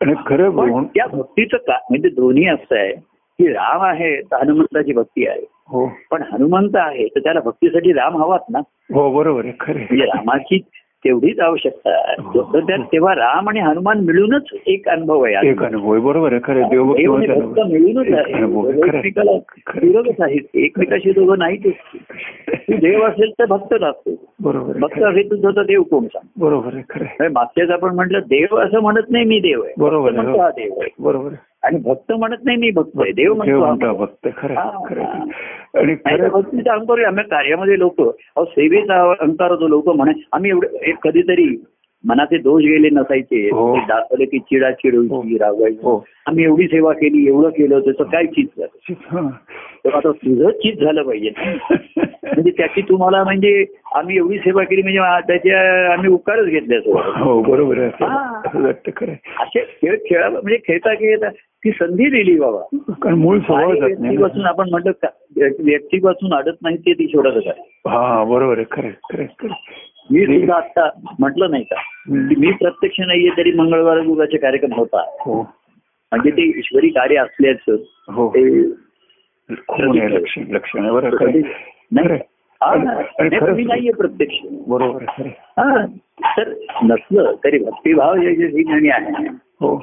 Speaker 2: आणि खरं
Speaker 3: पण
Speaker 2: म्हणून
Speaker 3: त्या भक्तीचं का म्हणजे दोन्ही असं आहे की राम आहे तर हनुमंताची भक्ती आहे
Speaker 2: हो
Speaker 3: पण हनुमंत आहे तर त्याला भक्तीसाठी राम हवाच ना
Speaker 2: हो बरोबर आहे खरं आहे.
Speaker 3: म्हणजे रामाची तेवढीच आवश्यकता आहे जसं त्या- तेव्हा राम आणि हनुमान मिळूनच एक अनुभव आहे
Speaker 2: एक अनुभव आहे. बरोबर आहे खरं आहे.
Speaker 3: देव
Speaker 2: देवभक्ती
Speaker 3: आणि
Speaker 2: म्हणजे
Speaker 3: भक्त
Speaker 2: अनुभव.
Speaker 3: मिळूनच
Speaker 2: एक
Speaker 3: आहे
Speaker 2: अनुभव आहे. खरं आहे.
Speaker 3: एकमेकाला विरोधच आहेत एकमेकाशी दोघं नाहीच देव असेल तर भक्त लागतो
Speaker 2: बरोबर आहे.
Speaker 3: भक्त
Speaker 2: खरं आहे.
Speaker 3: असेल तर तुझा देव कोण सांग
Speaker 2: बरोबर आहे खरं आहे.
Speaker 3: मागच्याच म्हणजे आपण म्हटलं देव असं म्हणत नाही मी देव आहे
Speaker 2: बरोबर
Speaker 3: भक्त
Speaker 2: आहे. हो.
Speaker 3: म्हणतो हा देव आहे
Speaker 2: बरोबर आहे.
Speaker 3: आणि भक्त म्हणत नाही मी भक्त आहे देव
Speaker 2: देव
Speaker 3: म्हणतो हा
Speaker 2: म्हणतो भक्त खरं आहे. खरं आहे. आणि
Speaker 3: नाही तर
Speaker 2: खरं
Speaker 3: भक्तीचा अंकार आम्ही कार्यामध्ये लोक अहो सेवेचा अंकार जो लोक म्हणे आम्ही एवढे एक कधीतरी मनाचे दोष गेले नसायचे
Speaker 2: हो.
Speaker 3: ते दाखवले की चिडाचिड होती रागायची
Speaker 2: हो.
Speaker 3: आम्ही एवढी सेवा केली एवढं केलं त्याचं काय चीज झालं
Speaker 2: हा.
Speaker 3: तर आता तुझं चीज झालं पाहिजे ना. म्हणजे त्याची तुम्हाला म्हणजे आम्ही एवढी सेवा केली म्हणजे आ- त्याच्या आम्ही उपकारच घेतले असं
Speaker 2: हो बरोबर आहे
Speaker 3: हा.
Speaker 2: असं वाटतं खरं आहे.
Speaker 3: असे खेळ खेळा म्हणजे खेळता खेळता ती संधी दिली बाबा
Speaker 2: कारण मूळ स्वभाव
Speaker 3: आणि
Speaker 2: जात नाही
Speaker 3: व्यक्तीपासून आपण म्हटलं का- व्यक्तीपासून अडत नाही ते ती शोधत आहे
Speaker 2: हा बरोबर आहे खरं आहे. खरं आहे. खरं आहे.
Speaker 3: मी सुद्धा आता म्हटलं नाही का की मी प्रत्यक्ष नाहीये तरी मंगळवार गुगाचे कार्यक्रम होता
Speaker 2: हो
Speaker 3: म्हणजे ते ईश्वरी कार्य असल्याचं
Speaker 2: हो
Speaker 3: ते
Speaker 2: खून आहे लक्षण लक्षण आहे बरं खरं
Speaker 3: कधी-
Speaker 2: आहे.
Speaker 3: नाही
Speaker 2: खरं आहे.
Speaker 3: हा,
Speaker 2: आणि- आणि
Speaker 3: नाही, पण मी
Speaker 2: खरंच-
Speaker 3: नाहीये प्रत्यक्ष
Speaker 2: बरोबर आहे, खरं आहे.
Speaker 3: हा तर नसलं तरी भक्तिभाव हे जे ठिकाणी आहे
Speaker 2: हो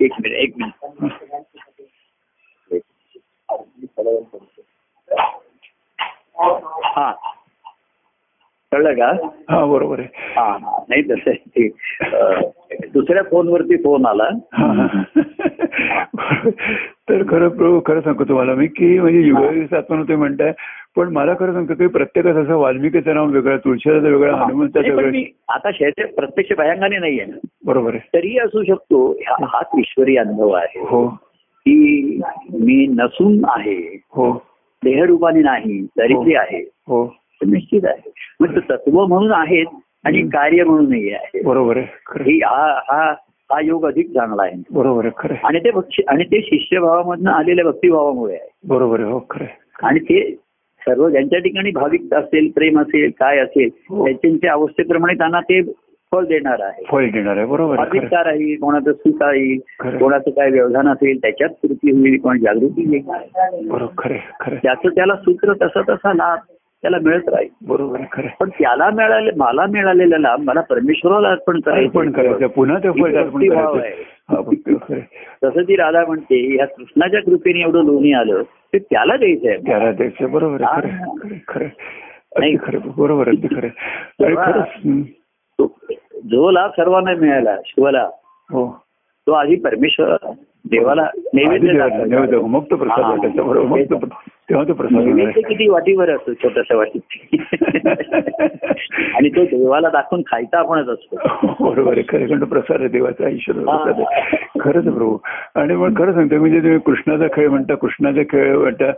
Speaker 3: एक मिनिट एक मिनिट हा कळलं का
Speaker 2: हा बरोबर आहे
Speaker 3: हा हा नाही तसं आहे ते अं, दुसऱ्या फोनवरती फोन आला
Speaker 2: हा, हा. तर खरं प्रभू खरं सांगतो तुम्हाला मी की म्हणजे युगायुग आत्मा तुम्ही म्हणताय पण मला खरं सांगतो की प्रत्येकाचं असं वाल्मिकीचं नाव वेगळं तुळशीचं वेगळं
Speaker 3: नाही,
Speaker 2: हनुमंताचं
Speaker 3: पण
Speaker 2: वेगळं
Speaker 3: मी आता शहर प्रत्यक्ष भयांगाने नाहीये ना
Speaker 2: बरोबर आहे
Speaker 3: तरी असू शकतो हा- हाच ईश्वरी अनुभव आहे
Speaker 2: हो
Speaker 3: की मी नसून आहे
Speaker 2: हो
Speaker 3: देहरूपाने नाही तरी ते आहे
Speaker 2: हो
Speaker 3: तर निश्चित आहे म्हणजे तत्व म्हणून आहेत आणि कार्य म्हणूनही आहे
Speaker 2: बरोबर आहे खरं आहे.
Speaker 3: ही हा हा हा योग अधिक चांगला आहे
Speaker 2: बरोबर आहे खरं आहे.
Speaker 3: आणि ते भक्ष- आणि ते शिष्यभावामधनं आलेल्या भक्तिभावामुळे आहे
Speaker 2: बरोबर आहे हो खरं आहे.
Speaker 3: आणि ते सर्व ज्यांच्या ठिकाणी भाविक असेल प्रेम असेल काय असेल
Speaker 2: हो.
Speaker 3: त्यांच्या अवस्थेप्रमाणे त्यांना ते फळ देणार आहे
Speaker 2: फळ देणार आहे बरोबर आहे खरं आहे.
Speaker 3: अधिकता राहील कोणाचं सुख
Speaker 2: खरं.
Speaker 3: राहील कोणाचं काय व्यवधान असेल त्याच्यात तृप्ती होईल कोण जागृती येईल
Speaker 2: बरोबर खरं आहे, खरं आहे.
Speaker 3: त्याचं त्याला सूत्र तसा तसा लाभ त्याला मिळत राहील
Speaker 2: बरोबर आहे, खरं आहे.
Speaker 3: पण त्याला मिळाले मला मिळालेल्याला मला परमेश्वराला अर्पण
Speaker 2: अर्पण करायचं
Speaker 3: करायचं
Speaker 2: पुन्हा ते फळ
Speaker 3: ही
Speaker 2: अर्पण
Speaker 3: भक्तिभाव
Speaker 2: करायचं
Speaker 3: आहे.
Speaker 2: हा, भक्ती खरं आहे.
Speaker 3: तसं ती राधा म्हणते ह्या कृष्णाच्या कृपेने एवढं लोणी आलं ते त्याला द्यायचं आहे
Speaker 2: त्याला द्यायचं बरोबर आहे, खरं आहे,
Speaker 3: हा.
Speaker 2: खरं आहे, खरं आहे.
Speaker 3: नाही.
Speaker 2: अगदी खरं आहे, बरोबर आहे, अगदी खरं आहे. आणि
Speaker 3: तेव्हा-
Speaker 2: खरंच हं.
Speaker 3: तो जो लाभ सर्वांना मिळाला शिवाला
Speaker 2: हो
Speaker 3: तो आधी परमेश्वर देवाला नैवेद्य
Speaker 2: आधी देवाला
Speaker 3: दाखवायचा.
Speaker 2: नैवेद्य मुक्त प्रसाद
Speaker 3: हा.
Speaker 2: वाटायचा बरोबर मुक्त प्र- तेव्हा तो प्रसाद होणार
Speaker 3: नैवेद्य
Speaker 2: आहे.
Speaker 3: किती वाटीवर असतो
Speaker 2: (laughs)
Speaker 3: छोट्याशा वाटीत आणि तो देवाला दाखवून खायचा आपणच असतो
Speaker 2: बरोबर आहे खरं खंड प्रसाद आहे देवाचा ईश्वर प्रसाद आहे
Speaker 3: हा.
Speaker 2: खरंच आहे प्रभू आणि मग खरं सांगतो म्हणजे तुम्ही कृष्णाचा खेळ म्हणता कृष्णाचा खेळ म्हणता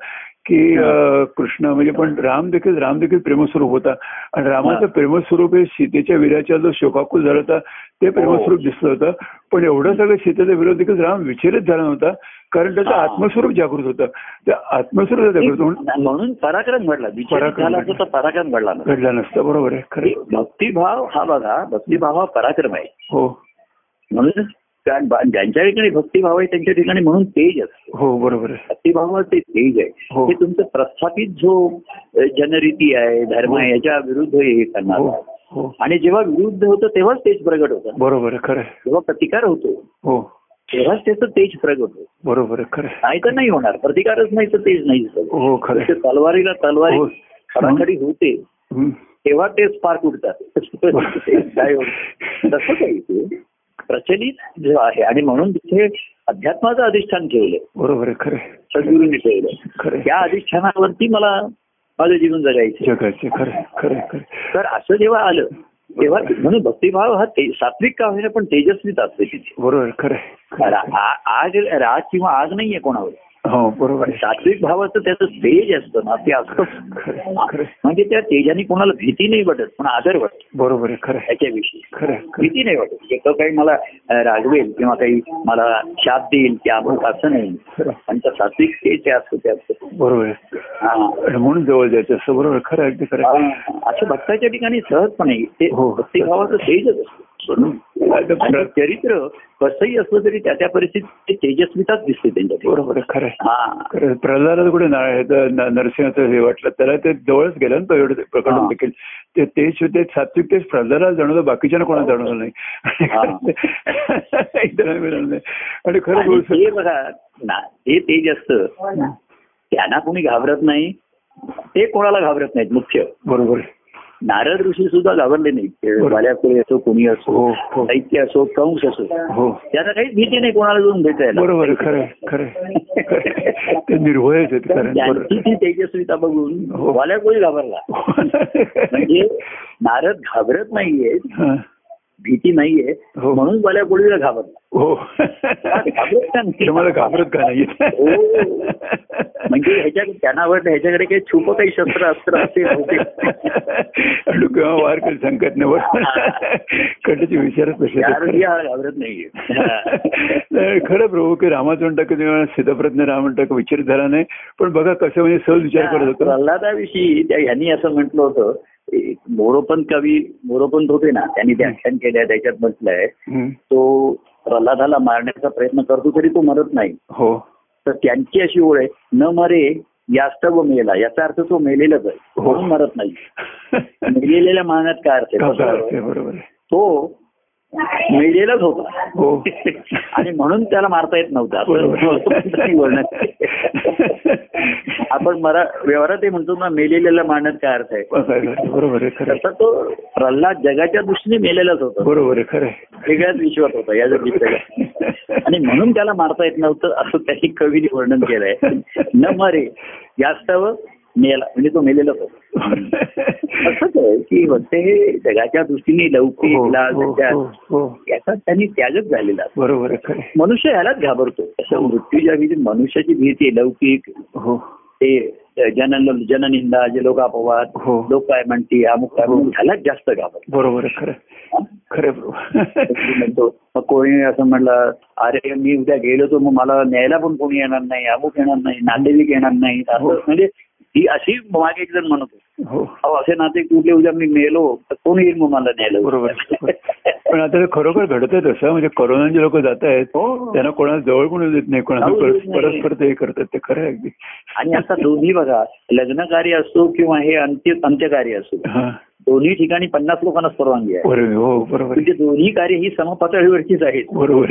Speaker 2: की अं, कृष्ण म्हणजे पण राम देखील राम देखील प्रेमस्वरूप होता आणि रामाचं
Speaker 3: हा.
Speaker 2: प्रेमस्वरूप हे सीतेच्या विराच्या जो शोकाकुल झाला होता ते
Speaker 3: हो.
Speaker 2: प्रेमस्वरूप दिसलं होतं पण एवढं सगळं सीतेचा विरोध देखील राम विचलित झाला नव्हता कारण त्याचं
Speaker 3: हा.
Speaker 2: आत्मस्वरूप जागृत होतं त्या आत्मस्वरूप जागृत होऊन
Speaker 3: म्हणून पराक्रम घडला विचार
Speaker 2: पराक्रम
Speaker 3: झाला असतो तर पराक्रम घडला नसता.
Speaker 2: घडला नसतं बरोबर आहे खरं
Speaker 3: भक्तिभाव हा बघा भक्तिभाव हा पराक्रम आहे
Speaker 2: हो
Speaker 3: म्हणून कारण बा- ज्यांच्या ठिकाणी भक्तिभाव आहे त्यांच्या ठिकाणी म्हणून तेज असतो
Speaker 2: हो बरोबर आहे
Speaker 3: भक्तिभाव ते तेज
Speaker 2: हो.
Speaker 3: आहे हे तुमचं प्रस्थापित जो अ, जनरीती आहे धर्म आहे याच्या विरुद्ध हे करणार
Speaker 2: हो
Speaker 3: आहे.
Speaker 2: हो
Speaker 3: आणि जेव्हा विरुद्ध होतं तेव्हाच तेज प्रगट होतं
Speaker 2: बरोबर आहे खरं आहे.
Speaker 3: जेव्हा प्रतिकार होतो
Speaker 2: हो
Speaker 3: तेव्हाच त्याचं तेज प्रगट होतं
Speaker 2: बरोबर आहे खरं आहे.
Speaker 3: नाही तर नाही होणार प्रतिकारच नाही तर तेज नाही होत.
Speaker 2: हो खरं
Speaker 3: ते
Speaker 2: आहे.
Speaker 3: तलवारीला तलवारी
Speaker 2: हो.
Speaker 3: खडाखडी होते
Speaker 2: हं.
Speaker 3: तेव्हा ते स्पार्क उडतात काय होतं? तसंच आहे ते प्रचलित जो आहे आणि म्हणून तिथे अध्यात्माचं अधिष्ठान ठेवलंय
Speaker 2: बरोबर आहे खरं आहे.
Speaker 3: सद्गुरूंनी ठेवलंय
Speaker 2: खरं आहे.
Speaker 3: त्या अधिष्ठानावरती मला माझं जीवन जगायचं
Speaker 2: जगाचे खरं आहे, खरं आहे, खरं आहे.
Speaker 3: तर असं जेव्हा आलं तेव्हा म्हणून भक्तिभाव हा ते- सात्विक का होईना पण तेजस्वीत असते तिथे
Speaker 2: बरोबर आहे, खरं आहे, खरं
Speaker 3: रा- आ- आग राग किंवा आग नाहीये कोणावर
Speaker 2: आहे. हो
Speaker 3: पण
Speaker 2: बरोबर आहे
Speaker 3: सात्विक भावाचं त्याचं तेज असतं ना ते
Speaker 2: खरं आहे,
Speaker 3: असतं
Speaker 2: खरं आहे.
Speaker 3: म्हणजे त्या तेजाने कोणाला भीती नाही वाटत पण आदर वाटत
Speaker 2: बरोबर आहे खरं आहे,
Speaker 3: त्याच्याविषयी
Speaker 2: खरं आहे, खरं आहे.
Speaker 3: भीती नाही वाटत की तो काही मला अ, रागवेल किंवा काही मला शाप देईल की आपण असं नाही
Speaker 2: खरं आहे.
Speaker 3: पण त्या सात्विक ते ते असतं ते असतं
Speaker 2: बरोबर आहे
Speaker 3: हा.
Speaker 2: आणि म्हणून जवळ जायचं असं बरोबर आहे, खरं आहे, अगदी खरं आहे.
Speaker 3: अ, असं भक्ताच्या ठिकाणी सहजपणे ते
Speaker 2: हो.
Speaker 3: भक्तिभावाचं तेजच असतं आणि
Speaker 2: आता
Speaker 3: चरित्र कसंही असलं तरी त्या त्या परिस्थितीत ते तेजस्विताच दिसते त्यांच्या ठिकाणी.
Speaker 2: बरोबर आहे खरं आहे.
Speaker 3: हा
Speaker 2: खरं आहे. प्रल्हादाला कुठे नाळ आहे तर न- नरसिंहाचं हे वाटलं त्याला ते जवळच गेलं ना तो एवढं प्रकरण
Speaker 3: हा.
Speaker 2: देखील ते तेच होते सात्विक तेच प्रल्हादाला जाणवलं बाकीच्या कोणाला जाणवलं (laughs) नाही इतरांना मिळालं नाही आणि खरं
Speaker 3: आणि
Speaker 2: बोलू हो
Speaker 3: ते बघा ना ते तेज असतं त्यांना कोणी घाबरत नाही ते कोणाला घाबरत नाहीत मुख्य
Speaker 2: बरोबर आहे.
Speaker 3: नारद ऋषी सुद्धा घाबरले नाहीत वाल्यापुरी असो कोणी असो
Speaker 2: हो हो
Speaker 3: दैत्य असो कंस असो
Speaker 2: हो
Speaker 3: त्यांना काहीच भीती नाही कोणाला जाऊन भेटायला
Speaker 2: बरोबर आहे, खरं आहे, खरं आहे, खरं आहे. ते निर्भयच आहेत
Speaker 3: तर (laughs)
Speaker 2: खरं आहे, बरोबर
Speaker 3: त्यांची ती तेजस्विता बघून
Speaker 2: हो.
Speaker 3: वाल्यापुरी घाबरला
Speaker 2: आहे.
Speaker 3: म्हणजे नारद घाबरत नाहीये
Speaker 2: हा,
Speaker 3: भीती नाहीये
Speaker 2: हो.
Speaker 3: म्हणून वाल्यापुरीला घाबरला
Speaker 2: हो
Speaker 3: घाबरत का नाही?
Speaker 2: तुम्हाला घाबरत का नाही
Speaker 3: हो. म्हणजे ह्याच्या त्यांना वाटलं ह्याच्याकडे काही छुप काही शस्त्र अस्त्र
Speaker 2: (laughs)
Speaker 3: असेल बहुतेक.
Speaker 2: अडू किंवा वार कधी संकट निवड कटाची विचारच कशी येतात,
Speaker 3: चार
Speaker 2: खरं
Speaker 3: रुपया घाबरत
Speaker 2: (laughs)
Speaker 3: नाहीये
Speaker 2: नाही, खरं प्रभू की रामाचं म्हणता की तुम्ही सिद्धप्रज्ञ राम म्हणता की विचार झाला नाही पण बघा कसं म्हणजे सहज विचार करत होतो
Speaker 3: प्रल्हादाविषयी त्या ह्यांनी असं म्हटलं होतं ए, मोरोपंत कवी मोरोपंत होते ना त्यांनी व्याख्यान केल्या त्याच्यात म्हटलंय
Speaker 2: हं,
Speaker 3: तो प्रल्हादाला मारण्याचा प्रयत्न करतो तरी तो मरत नाही
Speaker 2: हो
Speaker 3: तर त्यांची अशी ओळ आहे न मरे यास्तव मेला याचा अर्थ तो मेलेलाच आहे
Speaker 2: हो.
Speaker 3: म्हणून मरत नाही मेलेल्या मारण्यात काय अर्थ आहे?
Speaker 2: कसं असते बरोबर आहे.
Speaker 3: तो मेलेलाच होता
Speaker 2: हो
Speaker 3: आणि म्हणून त्याला मारता येत नव्हता असं बोलण्यात.
Speaker 2: बरोबर
Speaker 3: आपण मरा व्यवहारात हे म्हणतो ना मेलेल्याला मारण्यात काय अर्थ आहे
Speaker 2: बरोबर आहे खरं
Speaker 3: तसा तो प्रल्हाद जगाच्या दृष्टीने मेलेलाच होता
Speaker 2: बरोबर आहे खरं आहे.
Speaker 3: वेगळ्याच विश्वात होता या जगात आणि म्हणून त्याला मारता येत नव्हतं असं त्यांनी कवीने वर्णन केलंय न मरे यास्तव मेला म्हणजे तो मेलेलाच होता असंच आहे की म्हणते हे जगाच्या दृष्टीने लौकिक
Speaker 2: हो, हो,
Speaker 3: लालच्या
Speaker 2: हो, हो.
Speaker 3: याचा त्यांनी त्यागच झालेला असतो.
Speaker 2: बरोबर आहे खरं आहे.
Speaker 3: मनुष्य ह्यालाच घाबरतो असं मृत्यूच्या भीती मनुष्याची भीती आहे, लौकिक
Speaker 2: हो
Speaker 3: ते जनन जननिंदा जे लोक अपवाद
Speaker 2: हो.
Speaker 3: लोक काय म्हणते अमुक काय म्हणते, ह्यालाच जास्त घाबरतो
Speaker 2: बरोबर आहे खरं आहे. खरं आहे
Speaker 3: मी
Speaker 2: बरोबर.
Speaker 3: म्हणतो मग कोणी असं म्हणलं अरे मी उद्या गेलो तर मग मला न्यायला पण कोणी येणार नाही अमुक येणार नाही नातेवाईक येणार नाही असं
Speaker 2: हो.
Speaker 3: म्हणजे ही अशी मागे एक जण म्हणतो
Speaker 2: हो
Speaker 3: अहो असे नाते कुठले उद्या मी मेलो तर कोण येईल मग मला न्यायला
Speaker 2: बरोबर. पण आता ते खरोखर घडतंय तसं म्हणजे करोनाचे लोक जात आहेत
Speaker 3: हो
Speaker 2: त्यांना कोणाला जवळ पण येऊ देत नाही कोणाला
Speaker 3: जाऊ देत
Speaker 2: परस-
Speaker 3: नाही.
Speaker 2: परस्पर ते हे करतात ते खरं आहे अगदी
Speaker 3: आणि आता दोन्ही बघा लग्न कार्य असो किंवा हे अंत्य अंत्यकार्य असो
Speaker 2: हा
Speaker 3: दोन्ही ठिकाणी पन्नास लोकांनाच परवानगी आहे
Speaker 2: बरोबर हो बरोबर
Speaker 3: म्हणजे दोन्ही कार्य ही समपातळीवरचीच आहेत
Speaker 2: बरोबर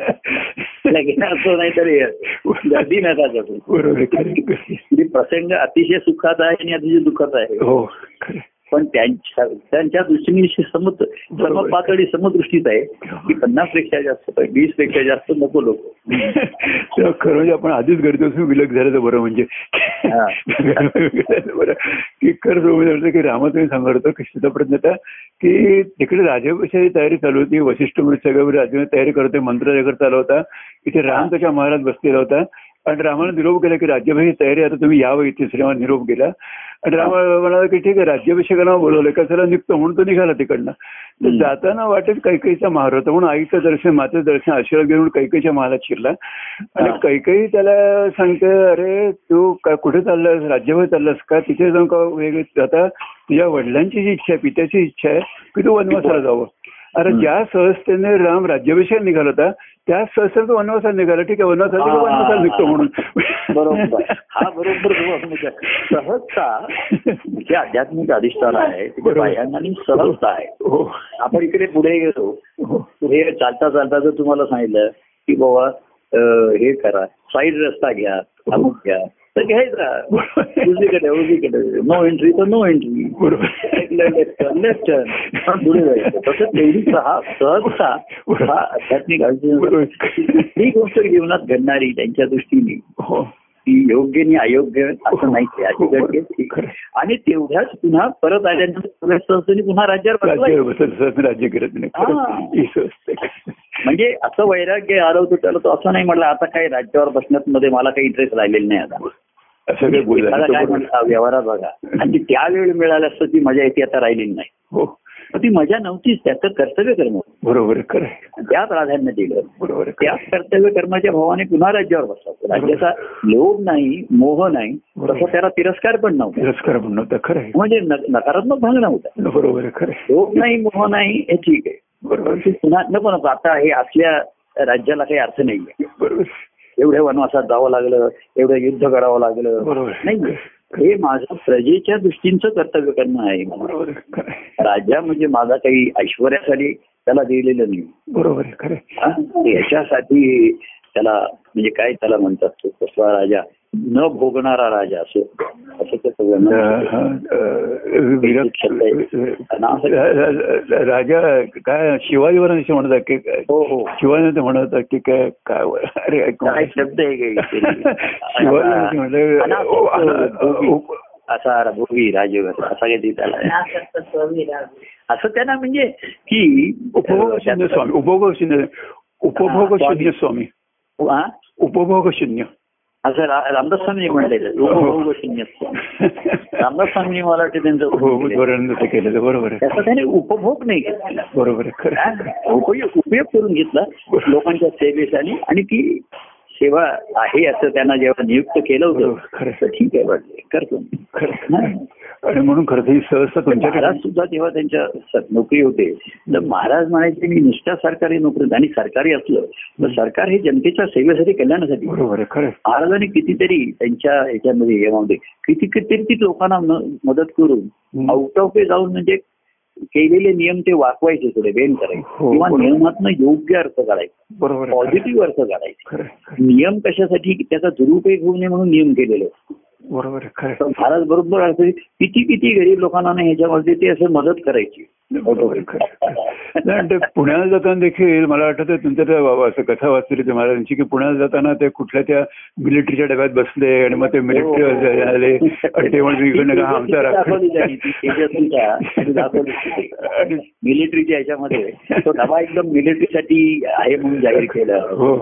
Speaker 3: लग्न असो नाही तर गर्दी नका असो
Speaker 2: बरोबर आहे, खरं आहे.
Speaker 3: म्हणजे प्रसंग अतिशय सुखाचा आहे आणि अतिशय दुःखाचा आहे
Speaker 2: हो खरं आहे.
Speaker 3: पण त्यांच्या त्यांच्या दृष्टीने समत समपातळी समदृष्टीच आहे
Speaker 2: हो.
Speaker 3: की पन्नास पेक्षा जास्त वीस पेक्षा जास्त नको लोक
Speaker 2: तेव्हा खरं म्हणजे आपण आधीच गर्दीपासून विलग झालं तर बरं म्हणजे बरं की खरं समजलं की रामा तुम्ही सांगत होता की सीताप्रज्ञता की तिकडे राजापेक्षाही तयारी चालू होती वशिष्ठ म्हणून सगळ्या राजाने तयारी करत होते मंत्र वगैरे चालू होता इथे राम त्याच्या महाराज बसलेला होता आणि रामाला निरोप केला की राज्याभिषेक तयारी आता तुम्ही यावं इथे श्रीमान निरोप केला आणि राम म्हणाला की ठीक आहे राज्याभिषेकाला बोलवलं का चला निघतो म्हणून तो निघाला तिकडनं तर
Speaker 3: हम्म.
Speaker 2: जाताना वाटेत कैकईचा महार होता म्हणून आईचं दर्शन मातेचं दर्शन आशीर्वाद घेऊन कैकईच्या महालात शिरला आणि
Speaker 3: हा.
Speaker 2: कैकई त्याला सांगते अरे तू का- कुठे चाललास राज्यभर चाललास का तिथे जाऊन का वेगळी आता तुझ्या वडिलांची जी इच्छा आहे पित्याची इच्छा आहे की तू वनवासाला जावं अरे
Speaker 3: हम्म.
Speaker 2: ज्या सहजतेने राम राज्याभिषेक निघाला होता त्या सहजतेने तो वनवासाला निघाला ठीक आहे वनवासाला
Speaker 3: हा.
Speaker 2: तो वनवासाला निघतो म्हणून
Speaker 3: बरोबर हा बरोबर जोडण्याचा. सहजता जे आध्यात्मिक अधिष्ठान आहे तिथे
Speaker 2: बरोबर.
Speaker 3: बाह्यांना आणि सहजता आहे
Speaker 2: (laughs) हो
Speaker 3: आपण इकडे पुढे गेलो
Speaker 2: हो
Speaker 3: पुढे चालता चालता जर तुम्हाला सांगितलं की बाबा अं, हे करा साईड रस्ता घ्या अमुक घ्या तर घ्यायचा उजवीकडे उजवीकडे नो एंट्री तर नो एंट्री लेफ्ट पुढे जायचं तसं तेवढी सहा सहजता हा आध्यात्मिक
Speaker 2: बरोबर.
Speaker 3: आयुष्य ही गोष्ट जीवनात घडणारी त्यांच्या दृष्टीने
Speaker 2: हो
Speaker 3: ती योग्य आणि अयोग्य असं नाही अशी घडते ठीक.
Speaker 2: खरं.
Speaker 3: आणि तेवढ्याच पुन्हा परत आल्यानंतर सगळ्या संस्थेने पुन्हा राज्यावर
Speaker 2: राज्य
Speaker 3: बसवायचं.
Speaker 2: बसत राज्य करत नाही
Speaker 3: हा.
Speaker 2: खरं. ही सहजता आहे.
Speaker 3: म्हणजे असं वैराग्य आलं होतं त्याला तो असं नाही म्हटलं आता काही राज्यावर बसण्यात मध्ये मला काही इंटरेस्ट राहिलेला नाही आता
Speaker 2: असं काही
Speaker 3: मला काय
Speaker 2: बोलायचं
Speaker 3: म्हणता व्यवहारात बघा आणि त्यावेळी मिळाली असतं ती मजा येते आता राहिलेली नाही
Speaker 2: हो
Speaker 3: पण ती मजा नव्हतीच त्याचं कर्तव्य कर्म होतं.
Speaker 2: बरोबर आहे, खरं आहे.
Speaker 3: त्या प्राधान्य दिलं
Speaker 2: बरोबर आहे,
Speaker 3: त्या
Speaker 2: खरं आहे.
Speaker 3: कर्तव्य कर्माच्या भावाने पुन्हा राज्यावर बसतात राज्याचा लोभ नाही मोह नाही तसा
Speaker 2: बरोबर.
Speaker 3: त्याला तिरस्कार पण नव्हता
Speaker 2: तिरस्कार म्हणून होता खरं आहे
Speaker 3: म्हणजे न- नकारात्मक भाग नव्हता
Speaker 2: बरोबर आहे खरं आहे.
Speaker 3: लोभ नाही मोह नाही हे ठीक आहे
Speaker 2: बरोबर
Speaker 3: पण पुन्हा नको नको आता हे असल्या राज्याला काही अर्थ नाहीये
Speaker 2: बरोबर
Speaker 3: एवढ्या वनवासात जावं लागलं एवढं युद्ध करावं लागलं
Speaker 2: बरोबर आहे.
Speaker 3: नाही हे माझं प्रजेच्या दृष्टीचं कर्तव्य करणं आहे
Speaker 2: बरोबर आहे, खरं आहे.
Speaker 3: राजा म्हणजे माझा काही ऐश्वर्यासाठी त्याला दिलेलं नाही
Speaker 2: बरोबर आहे खरं आहे.
Speaker 3: हा? याच्यासाठी त्याला म्हणजे काय त्याला म्हणतात तो कसला राजा न भोगणारा राजा असो असं त्याचं वर्णन
Speaker 2: अं,
Speaker 3: आहे.
Speaker 2: हं, अं, विराट- राजा काय शिवाजी महाराज म्हणत आहे की
Speaker 3: हो हो
Speaker 2: शिवाजी ते म्हणत होता की काय काय अरे ऐक ना.
Speaker 3: काय शब्द आहे
Speaker 2: (laughs) शिवाजी महाराज म्हणलं, ओ, अना-
Speaker 3: काही
Speaker 2: ओ,
Speaker 3: असा भोगी राजवर असा काही त्याला असं त्यांना म्हणजे की
Speaker 2: उपभोग शून्य स्वामी उपभोग शून्य उपभोग शून्य स्वामी
Speaker 3: हा?
Speaker 2: उपभोग शून्य
Speaker 3: असं रा- रामदास स्वामी म्हणलेलं उपभोग शून्य.
Speaker 2: (laughs)
Speaker 3: रामदास स्वामी मला वाटतं त्यांचं
Speaker 2: हो
Speaker 3: उपभोग केलं.
Speaker 2: उदाहरण ते केलेलं बरोबर आहे
Speaker 3: त्याचा त्याने उपभोग नाही घेतला
Speaker 2: बरोबर आहे खरं आहे.
Speaker 3: हा? उपयोग उपयोग करून घेतला लोकांच्या सेवेसाठी आणि ती सेवा आहे असं त्यांना जेव्हा नियुक्त केलं
Speaker 2: बरोबर,
Speaker 3: होतं
Speaker 2: हो, खरं.
Speaker 3: तर ठीक आहे वाटले करतो मी.
Speaker 2: खरं
Speaker 3: हा?
Speaker 2: आहे. आणि म्हणून खरं तर ही सहजता तुमच्या
Speaker 3: महाराज सुद्धा तेव्हा त्यांच्या स- नोकरी होते तर महाराज म्हणायचे मी निष्ठा सरकारी नोकरी आणि सरकारी असलं तर सरकार हे जनतेच्या सेवेसाठी कल्याणासाठी
Speaker 2: बरोबर आहे खरं आहे.
Speaker 3: महाराजांनी कितीतरी त्यांच्या याच्यामध्ये यामध्ये किती कितीतरी लोकांना म- मदत करून
Speaker 2: हम्म.
Speaker 3: आउट ऑफ वे जाऊन म्हणजे केलेले नियम ते वाकवायचे थोडे बेन करायचे
Speaker 2: हो,
Speaker 3: किंवा
Speaker 2: बरोबर.
Speaker 3: नियमातनं योग्य अर्थ काढायचा
Speaker 2: बरोबर आहे, खरं आहे.
Speaker 3: पॉझिटिव्ह अर्थ काढायचे
Speaker 2: खरं आहे, खरं आहे.
Speaker 3: नियम कशासाठी की त्याचा दुरुपयोग होऊ नये म्हणून नियम केलेले
Speaker 2: बरोबर आहे खरं
Speaker 3: तर भारत बरोबर अर्थ किती किती गरीब लोकांना ना ह्याच्यामध्ये ते असं मदत करायची
Speaker 2: आहे. बरोबर आहे, हो, खरं आहे. नाही, आणि ते पुण्याला जाताना देखील मला आठवतं तुमच्या त्या बाबा असं कथा वाचली होती महाराजांची की पुण्याला जाताना ते कुठल्या त्या मिलिटरीच्या डब्यात बसले आणि मग ते मिलिटरी आले आणि ते म्हणजे इकडनं का आमचा
Speaker 3: दाखवली जाणी हो. ती तेजस्वीच्या आणि दाखवली ती.
Speaker 2: राखा आणि
Speaker 3: मिलिटरीच्या ह्याच्यामध्ये तो डबा एकदम मिलिटरीसाठी आहे म्हणून जाहीर केलं
Speaker 2: हो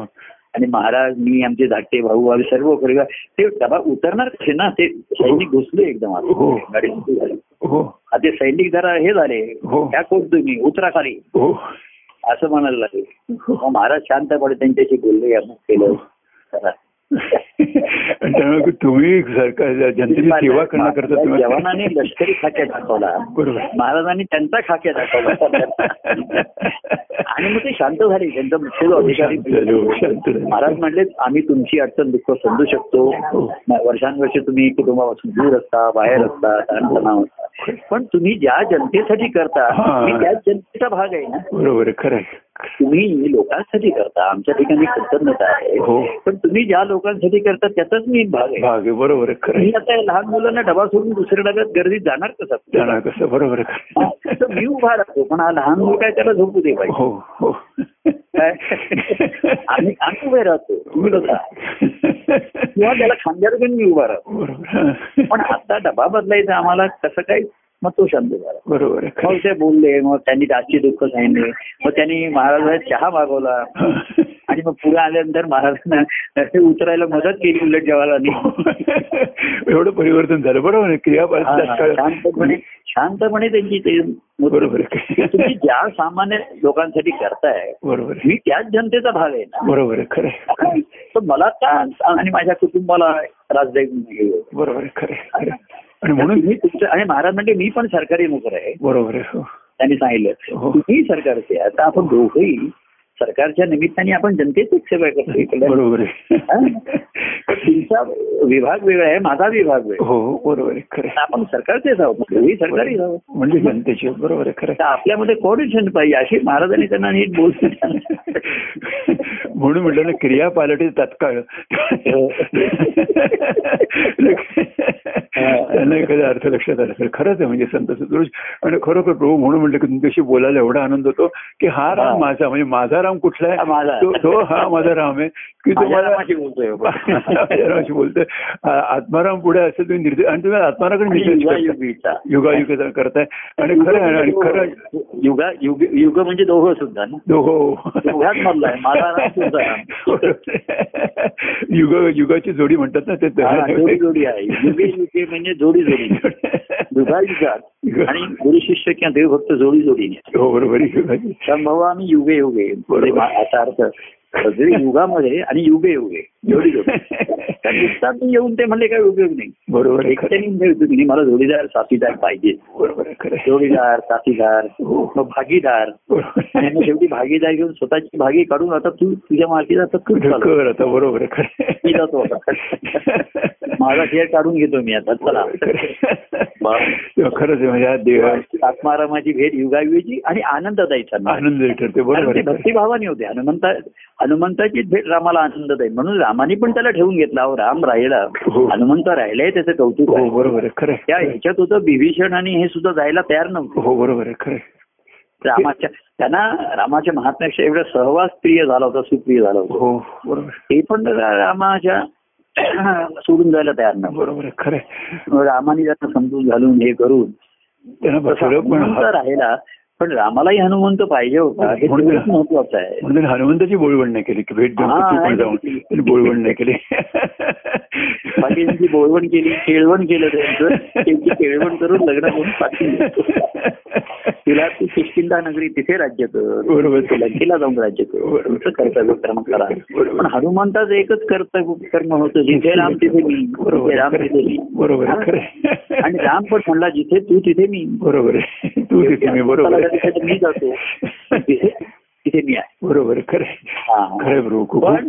Speaker 3: आणि महाराज मी आमचे धाकटे भाऊ आम्ही सर्व परिवार ते डबा उतरणार कसे ना ते सैनिक घुसले एकदम आत.
Speaker 2: हो.
Speaker 3: गाडी सुरू झाली
Speaker 2: हो
Speaker 3: आता ते सैनिक जरा हे झाले
Speaker 2: हो.
Speaker 3: त्या कोण तुम्ही उतरा खाली
Speaker 2: हो
Speaker 3: असं म्हणायला लागले मग महाराज शांतपणे त्यांच्याशी बोलले अमुक केलं (laughs)
Speaker 2: आणि त्यामुळे तुम्ही सरकार जनतेची सेवा करण्याकरता तुम्ही
Speaker 3: जवानाने लष्करी खाक्या दाखवला
Speaker 2: बरोबर
Speaker 3: महाराजांनी त्यांचा खाक्या दाखवला आणि मग ते शांत झाले त्यांचा मुख्य अधिकारी
Speaker 2: शांत झाले, हो, शांत झाले. हो.
Speaker 3: महाराज म्हणले आम्ही तुमची अडचण दुःख समजू शकतो वर्षानुवर्ष तुम्ही कुटुंबापासून दूर असता बाहेर असता ताणतणाव असता पण तुम्ही ज्या जनतेसाठी करता
Speaker 2: हा.
Speaker 3: मी त्याच जनतेचा भाग आहे ना
Speaker 2: (laughs) बरोबर आहे, खरं आहे
Speaker 3: तुम्ही लोकांसाठी करता आमच्या ठिकाणी कृतज्ञता
Speaker 2: हो.
Speaker 3: आहे पण तुम्ही ज्या लोकांसाठी करता त्याचाच मी एक भाग आहे
Speaker 2: भाग आहे बरोबर आहे खरं आहे
Speaker 3: मी आता या लहान मुलांना डबा सोडून दुसऱ्या डब्यात गर्दीत जाणार कसं
Speaker 2: जाणार कसं बरोबर आहे खरं आहे.
Speaker 3: तर मी उभा राहतो पण हा लहान मुलं काय त्याला झोपू दे पाहिजे
Speaker 2: हो हो
Speaker 3: काय? (laughs) आम्ही आम्ही उभे राहतो मुलगा. किंवा त्याला खांद्यावर घेऊन मी उभा राहतो
Speaker 2: बरोबर
Speaker 3: पण आता डबा बदलायचा आम्हाला कसं काय मग तो शांत झाला
Speaker 2: बरोबर आहे खरं
Speaker 3: मग
Speaker 2: आहे.
Speaker 3: ते बोलले मग त्यांनी राजचे दुःख सांगितले मग त्यांनी महाराजांना चहा मागवला आणि मग पुढे आल्यानंतर महाराजांना हे उतरायला मदत केली उलट जवाहरलाल
Speaker 2: हो. एवढं परिवर्तन झालं बरोबर आहे
Speaker 3: शांतपणे
Speaker 2: क्रियापासून
Speaker 3: शांतपणे त्यांची ते
Speaker 2: बरोबर आहे
Speaker 3: तुम्ही ज्या सामान्य लोकांसाठी करताय
Speaker 2: बरोबर आहे
Speaker 3: मी त्याच जनतेचा भाग आहे ना
Speaker 2: बरोबर आहे खरं आहे.
Speaker 3: तर मला का आणि माझ्या कुटुंबाला राजदायी घेऊ
Speaker 2: बरोबर आहे खरं आहे, खरं आहे. आणि म्हणून
Speaker 3: मी तुमचं आणि महाराज म्हणजे मी पण सरकारी नोकर आहे
Speaker 2: बरोबर आहे हो
Speaker 3: त्यांनी सांगितलं
Speaker 2: हो.
Speaker 3: तुम्ही सरकारचे आहे. आता आपण दोघंही सरकारच्या निमित्ताने आपण जनतेचीच सेवा करतो
Speaker 2: बरोबर आहे
Speaker 3: हा? तुमचा विभाग वेगळा आहे माझा विभाग वेगळा आहे.
Speaker 2: हो हो, बरोबर आहे खरं
Speaker 3: तर आपण सरकारचेच आहोत दोघेही सरकारी आहोत
Speaker 2: आहे. म्हणजे जनतेची बरोबर आहे खरं आहे.
Speaker 3: तर आपल्यामध्ये कोऑर्डिनेशन पाहिजे अशी महाराजांनी त्यांना नीट बोल
Speaker 2: म्हणून म्हटलं ना क्रिया पालटी तात्काळ त्यांना एखादा अर्थ लक्षात आला असेल खरंच आहे म्हणजे संत सदृश आणि खरोखर प्रभू म्हणून म्हटलं की तुमच्याशी बोलायला एवढा आनंद होतो की हा राम माझा म्हणजे माझा राम कुठला
Speaker 3: हा, माझा.
Speaker 2: आहे तो- तो हा माझा राम आहे की
Speaker 3: माझ्या
Speaker 2: तुम्हाला
Speaker 3: रामाशी बोलतोय
Speaker 2: माझ्या रामाशी बोलतोय आ- आत्माराम पुढे असं तुम्ही निर्देश आणि तुम्ही आत्माराकडे
Speaker 3: आणि
Speaker 2: निर्देश करता
Speaker 3: युगायुगीचा.
Speaker 2: युगायुग करताय आणि खरं आहे आणि खरं
Speaker 3: युगा युग युग म्हणजे दोघं सुद्धा ना दोघांत मधला आहे. माझा राम तुझा
Speaker 2: दोघं युग युगाची जोडी म्हणतात ना ते
Speaker 3: हा, जोडी जोडी आहे युगे युगे म्हणजे जोडी जोडी युगा युगात आणि गुरु शिष्य किंवा देवभक्त जोडी जोडीने
Speaker 2: हो बरोबर आहे, युगाची
Speaker 3: संभव आम्ही युगे युगे म्हणजे
Speaker 2: बरोबर.
Speaker 3: याचा अर्थ सगळे युगामध्ये आणि युगे युगे जोडी जोडी कारण नुकसान मी येऊन ते म्हणले काय उपयोग नाही
Speaker 2: बरोबर आहे, खरं आहे.
Speaker 3: एकट्याने म्हणजे उपयोग नाही मला जोडीदार साथीदार पाहिजे
Speaker 2: बरोबर आहे, खरं आहे.
Speaker 3: जोडीदार साथीदार
Speaker 2: हो.
Speaker 3: मग भागीदार
Speaker 2: बरोबर
Speaker 3: आणि
Speaker 2: आहे.
Speaker 3: मग शेवटी भागीदार घेऊन स्वतःची भागी काढून आता तू तुझ्या मालकीचा आता तू चालव.
Speaker 2: कर आता बरोबर आहे, खरं आहे.
Speaker 3: मी जातो आता माझा शेअर काढून घेतो मी आता चला
Speaker 2: खरं आहे. खरंच आहे, म्हणजे (laughs) हा देव
Speaker 3: आत्मारामाची भेट युगायुगाची आणि आनंददायीचा नाद.
Speaker 2: आनंद ठरते
Speaker 3: कारण
Speaker 2: बरोबर
Speaker 3: ते
Speaker 2: आहे, खरं आहे.
Speaker 3: भक्तिभावाने होते हनुमंता हनुमंताची भेट रामाला आनंददायी म्हणून रामाने पण त्याला ठेवून घेतला अहो राम राहिला
Speaker 2: हो.
Speaker 3: हनुमंत राहिलाय त्याचं कौतुक
Speaker 2: हो
Speaker 3: आहे
Speaker 2: बरोबर आहे खरं आहे.
Speaker 3: त्या ह्याच्यात होतं विभीषण आणि हे सुद्धा जायला तयार नव्हते
Speaker 2: हो बरोबर आहे खरं आहे.
Speaker 3: रामाच्या त्यांना रामाच्या महात्म्यापेक्षा एवढा सहवास प्रिय झाला होता सुप्रिय झाला होता
Speaker 2: हो बरोबर आहे.
Speaker 3: ते पण रा- रामाच्या सोडून जायला तयार नव्हतं
Speaker 2: बरोबर आहे खरं आहे.
Speaker 3: रामाने त्यांना समजून घालून हे करून
Speaker 2: त्यांना बसवलं पण
Speaker 3: हनुमंत राहिला पण रामालाही हनुमंत पाहिजे होता हे
Speaker 2: म्हणून-
Speaker 3: तेवढंच महत्वाचं आहे
Speaker 2: म्हणून त्यांनी हनुमंताची बोलवण नाही केली की भेट देऊन
Speaker 3: हा,
Speaker 2: तू पण
Speaker 3: नाही
Speaker 2: जाऊन
Speaker 3: केली.
Speaker 2: त्यांनी बोलवण नाही केली
Speaker 3: पाटील यांची बोलवण केली केळवण केलं त्यांचं त्यांची केळवण करून लग्न करून पाटील तिला ती किष्किंदा नगरी तिथे राज्य कर
Speaker 2: बरोबर.
Speaker 3: तिला तिला जाऊन राज्य कर
Speaker 2: बरोबर.
Speaker 3: तुमचं कर्तव्य कर्म करा
Speaker 2: बरोबर.
Speaker 3: पण हनुमंताचं एकच कर्तव्य कर्म होतं जिथे राम तिथे मी
Speaker 2: बरोबर
Speaker 3: जिथे राम
Speaker 2: खरं.
Speaker 3: तिथे मी
Speaker 2: बरोबर
Speaker 3: हा?
Speaker 2: खरं आहे.
Speaker 3: आणि राम पण म्हणला जिथे तू तिथे मी
Speaker 2: बरोबर आहे तू तिथे मी बरोबर
Speaker 3: मला
Speaker 2: आहे.
Speaker 3: तिथे मी जातो तिथे तिथे मी आहे
Speaker 2: बरोबर आहे, खरं आहे. खरं आहे प्रभू खूप
Speaker 3: पण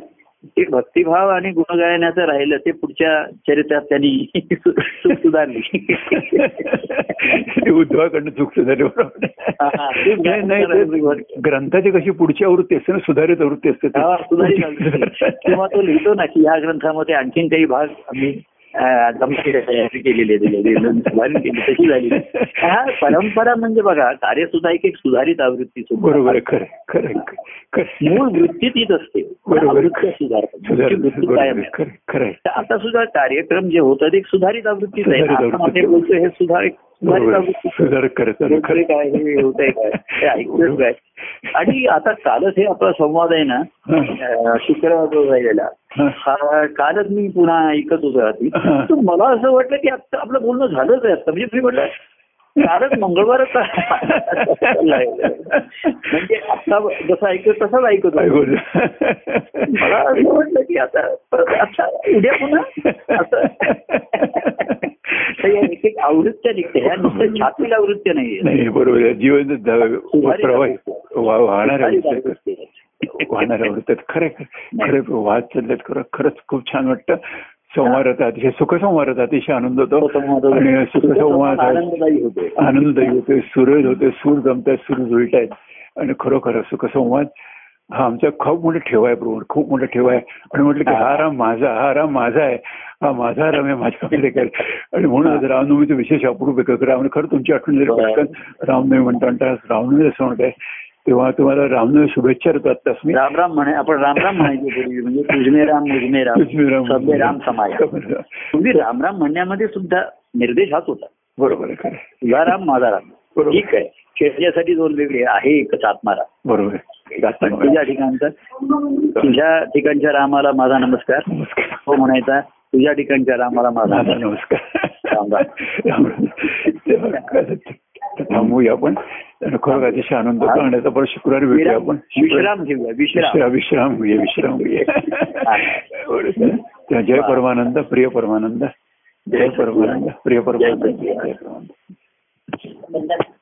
Speaker 3: ते भक्तिभाव आणि गुणगायनाचं राहिलं ते पुढच्या चरित्रात त्यांनी सु-
Speaker 2: (laughs)
Speaker 3: सुधारली
Speaker 2: ते उद्धवाकडनं चुकतं झालं बरोबर
Speaker 3: हा, हा.
Speaker 2: आहे.
Speaker 3: ते
Speaker 2: नाही नाही ते ग्रंथाची कशी पुढची आवृत्ती असते ना सुधारित आवृत्ती असते ती.
Speaker 3: हा, सुधारित आवृत्ती. किंवा तो लिहितो ना की या ग्रंथामध्ये आणखीन काही भाग आम्ही अं, जमले तयारी केलेली आहे त्याच्यामध्ये. सुधारित केली तशी झाली हा परंपरा म्हणजे बघा कार्य सुद्धा एक एक सुधारित आवृत्ती सुद्धा.
Speaker 2: बरोबर आहे खरं आहे, खरं आहे, खरं आहे.
Speaker 3: मूळ वृत्ती तीच असते पण
Speaker 2: बरोबर.
Speaker 3: आवृत्त्या सुधारतात
Speaker 2: सुधारित
Speaker 3: वृत्ती
Speaker 2: बरोबर
Speaker 3: कायम
Speaker 2: आहे,
Speaker 3: आहे.
Speaker 2: खरं आहे, खरं आहे.
Speaker 3: तर आता सुद्धा कार्यक्रम जे होतात एक सुधारित आवृत्तीच आहे
Speaker 2: सुधारित
Speaker 3: आता
Speaker 2: आवृत्ती.
Speaker 3: आपण बोलतो हे सुद्धा एक सुधारित
Speaker 2: बरोबर.
Speaker 3: आवृत्ती
Speaker 2: सुधार करत आलं,
Speaker 3: बोलतोय
Speaker 2: खरं
Speaker 3: काय हे होतंय काय हे ऐकतोय काय आणि आता कालच हे आपला संवाद आहे ना
Speaker 2: हा,
Speaker 3: अं, शुक्रवार जो राहिलेला
Speaker 2: हा.
Speaker 3: हा कालच मी पुन्हा ऐकत होतो आधी
Speaker 2: हा.
Speaker 3: तर मला असं वाटलं की आता आपलं बोलणं झालंच आहे
Speaker 2: (laughs)
Speaker 3: आता (laughs) म्हणजे मी म्हटलं कालच मंगळवारच आहे. म्हणजे आता जसं ऐकत तसाच ऐकत
Speaker 2: काय
Speaker 3: होतो.
Speaker 2: बोल
Speaker 3: मला असं वाटलं की आता परत आता उद्या पुन्हा असं तर या एक एक आवृत्त्या निघते ह्या नुसत्या
Speaker 2: (laughs)
Speaker 3: छातीला आवृत्त्या नाहीये
Speaker 2: नाही बरोबर आहे. जीवन ध- प्रवाही वा- वाहणाऱ्या
Speaker 3: सुधारित
Speaker 2: गोष्टी आहेत.
Speaker 3: आवृत्ती आहे. (laughs)
Speaker 2: वाहणाऱ्या वृत्तात खरे खरे वाद चाललेत खरं खरंच खूप छान वाटतं संवाद आता अतिशय सुखसंवाद आता अतिशय आनंद होतो
Speaker 3: सुखसंवाद होतो.
Speaker 2: आणि सुखसंवाद
Speaker 3: सुखसंवाद आनंददायी होते.
Speaker 2: आनंददायी होते सुरज होते सूर जमतायत सूर जुळतायत आणि खरोखर सुखसंवाद हा आमचा खूप मोठा ठेवा आहे प्रभू खूप मोठा ठेवा आहे आणि म्हटलं की हा राम माझा हा राम माझा आहे हा माझा राम आहे माझ्यामध्ये काय आणि म्हणून आज रामनवमीचं विशेष अपूर्व एक करा आणि खरं तुमची आठवण जरी
Speaker 3: बरं.
Speaker 2: पटकन रामनवमी म्हणता म्हणता रामनवमी असं म्हणताय तेव्हा तुम्हाला रामनवमी शुभेच्छा देतात तसं मी
Speaker 3: राम राम म्हणे आपण राम राम म्हणायचो पूर्वी म्हणजे तुझमे राम मुझमे राम
Speaker 2: तुझमेराम.
Speaker 3: सबे राम समाज
Speaker 2: बरोबर.
Speaker 3: पूर्वी राम राम म्हणण्यामध्ये सुद्धा निर्देश हाच होता
Speaker 2: बरोबर आहे खरं आहे.
Speaker 3: तुझा राम माझा राम
Speaker 2: बरोबर.
Speaker 3: ठीक आहे खेळण्यासाठी दोन वेगळे आहे एकच आत्माराम
Speaker 2: बरोबर आहे. जास्त
Speaker 3: पण
Speaker 2: नव्हे.
Speaker 3: तुझ्या ठिकाणचा तुझ्या ठिकाणच्या रामाला माझा नमस्कार
Speaker 2: नमस्कार
Speaker 3: हो म्हणायचा तुझ्या ठिकाणच्या रामाला माझा
Speaker 2: दादा,
Speaker 3: नमस्कार.
Speaker 2: नमस्कार
Speaker 3: राम
Speaker 2: राम राम. तेव्हा कसं ते- ते थांबूया आपण आणि खरोखर अतिशय आनंद होतो आणि आता परत शुक्रवारी भेटूया
Speaker 3: विराम
Speaker 2: आपण
Speaker 3: विश्राम घेऊया विश्राम
Speaker 2: विश्राम विश्राम घेऊया विश्राम घेऊया तेव्हा जय परमानंद प्रिय परमानंद जय परमानंद प्रिय परमानंद जय परमानंद
Speaker 3: जय सच्चिदानंद.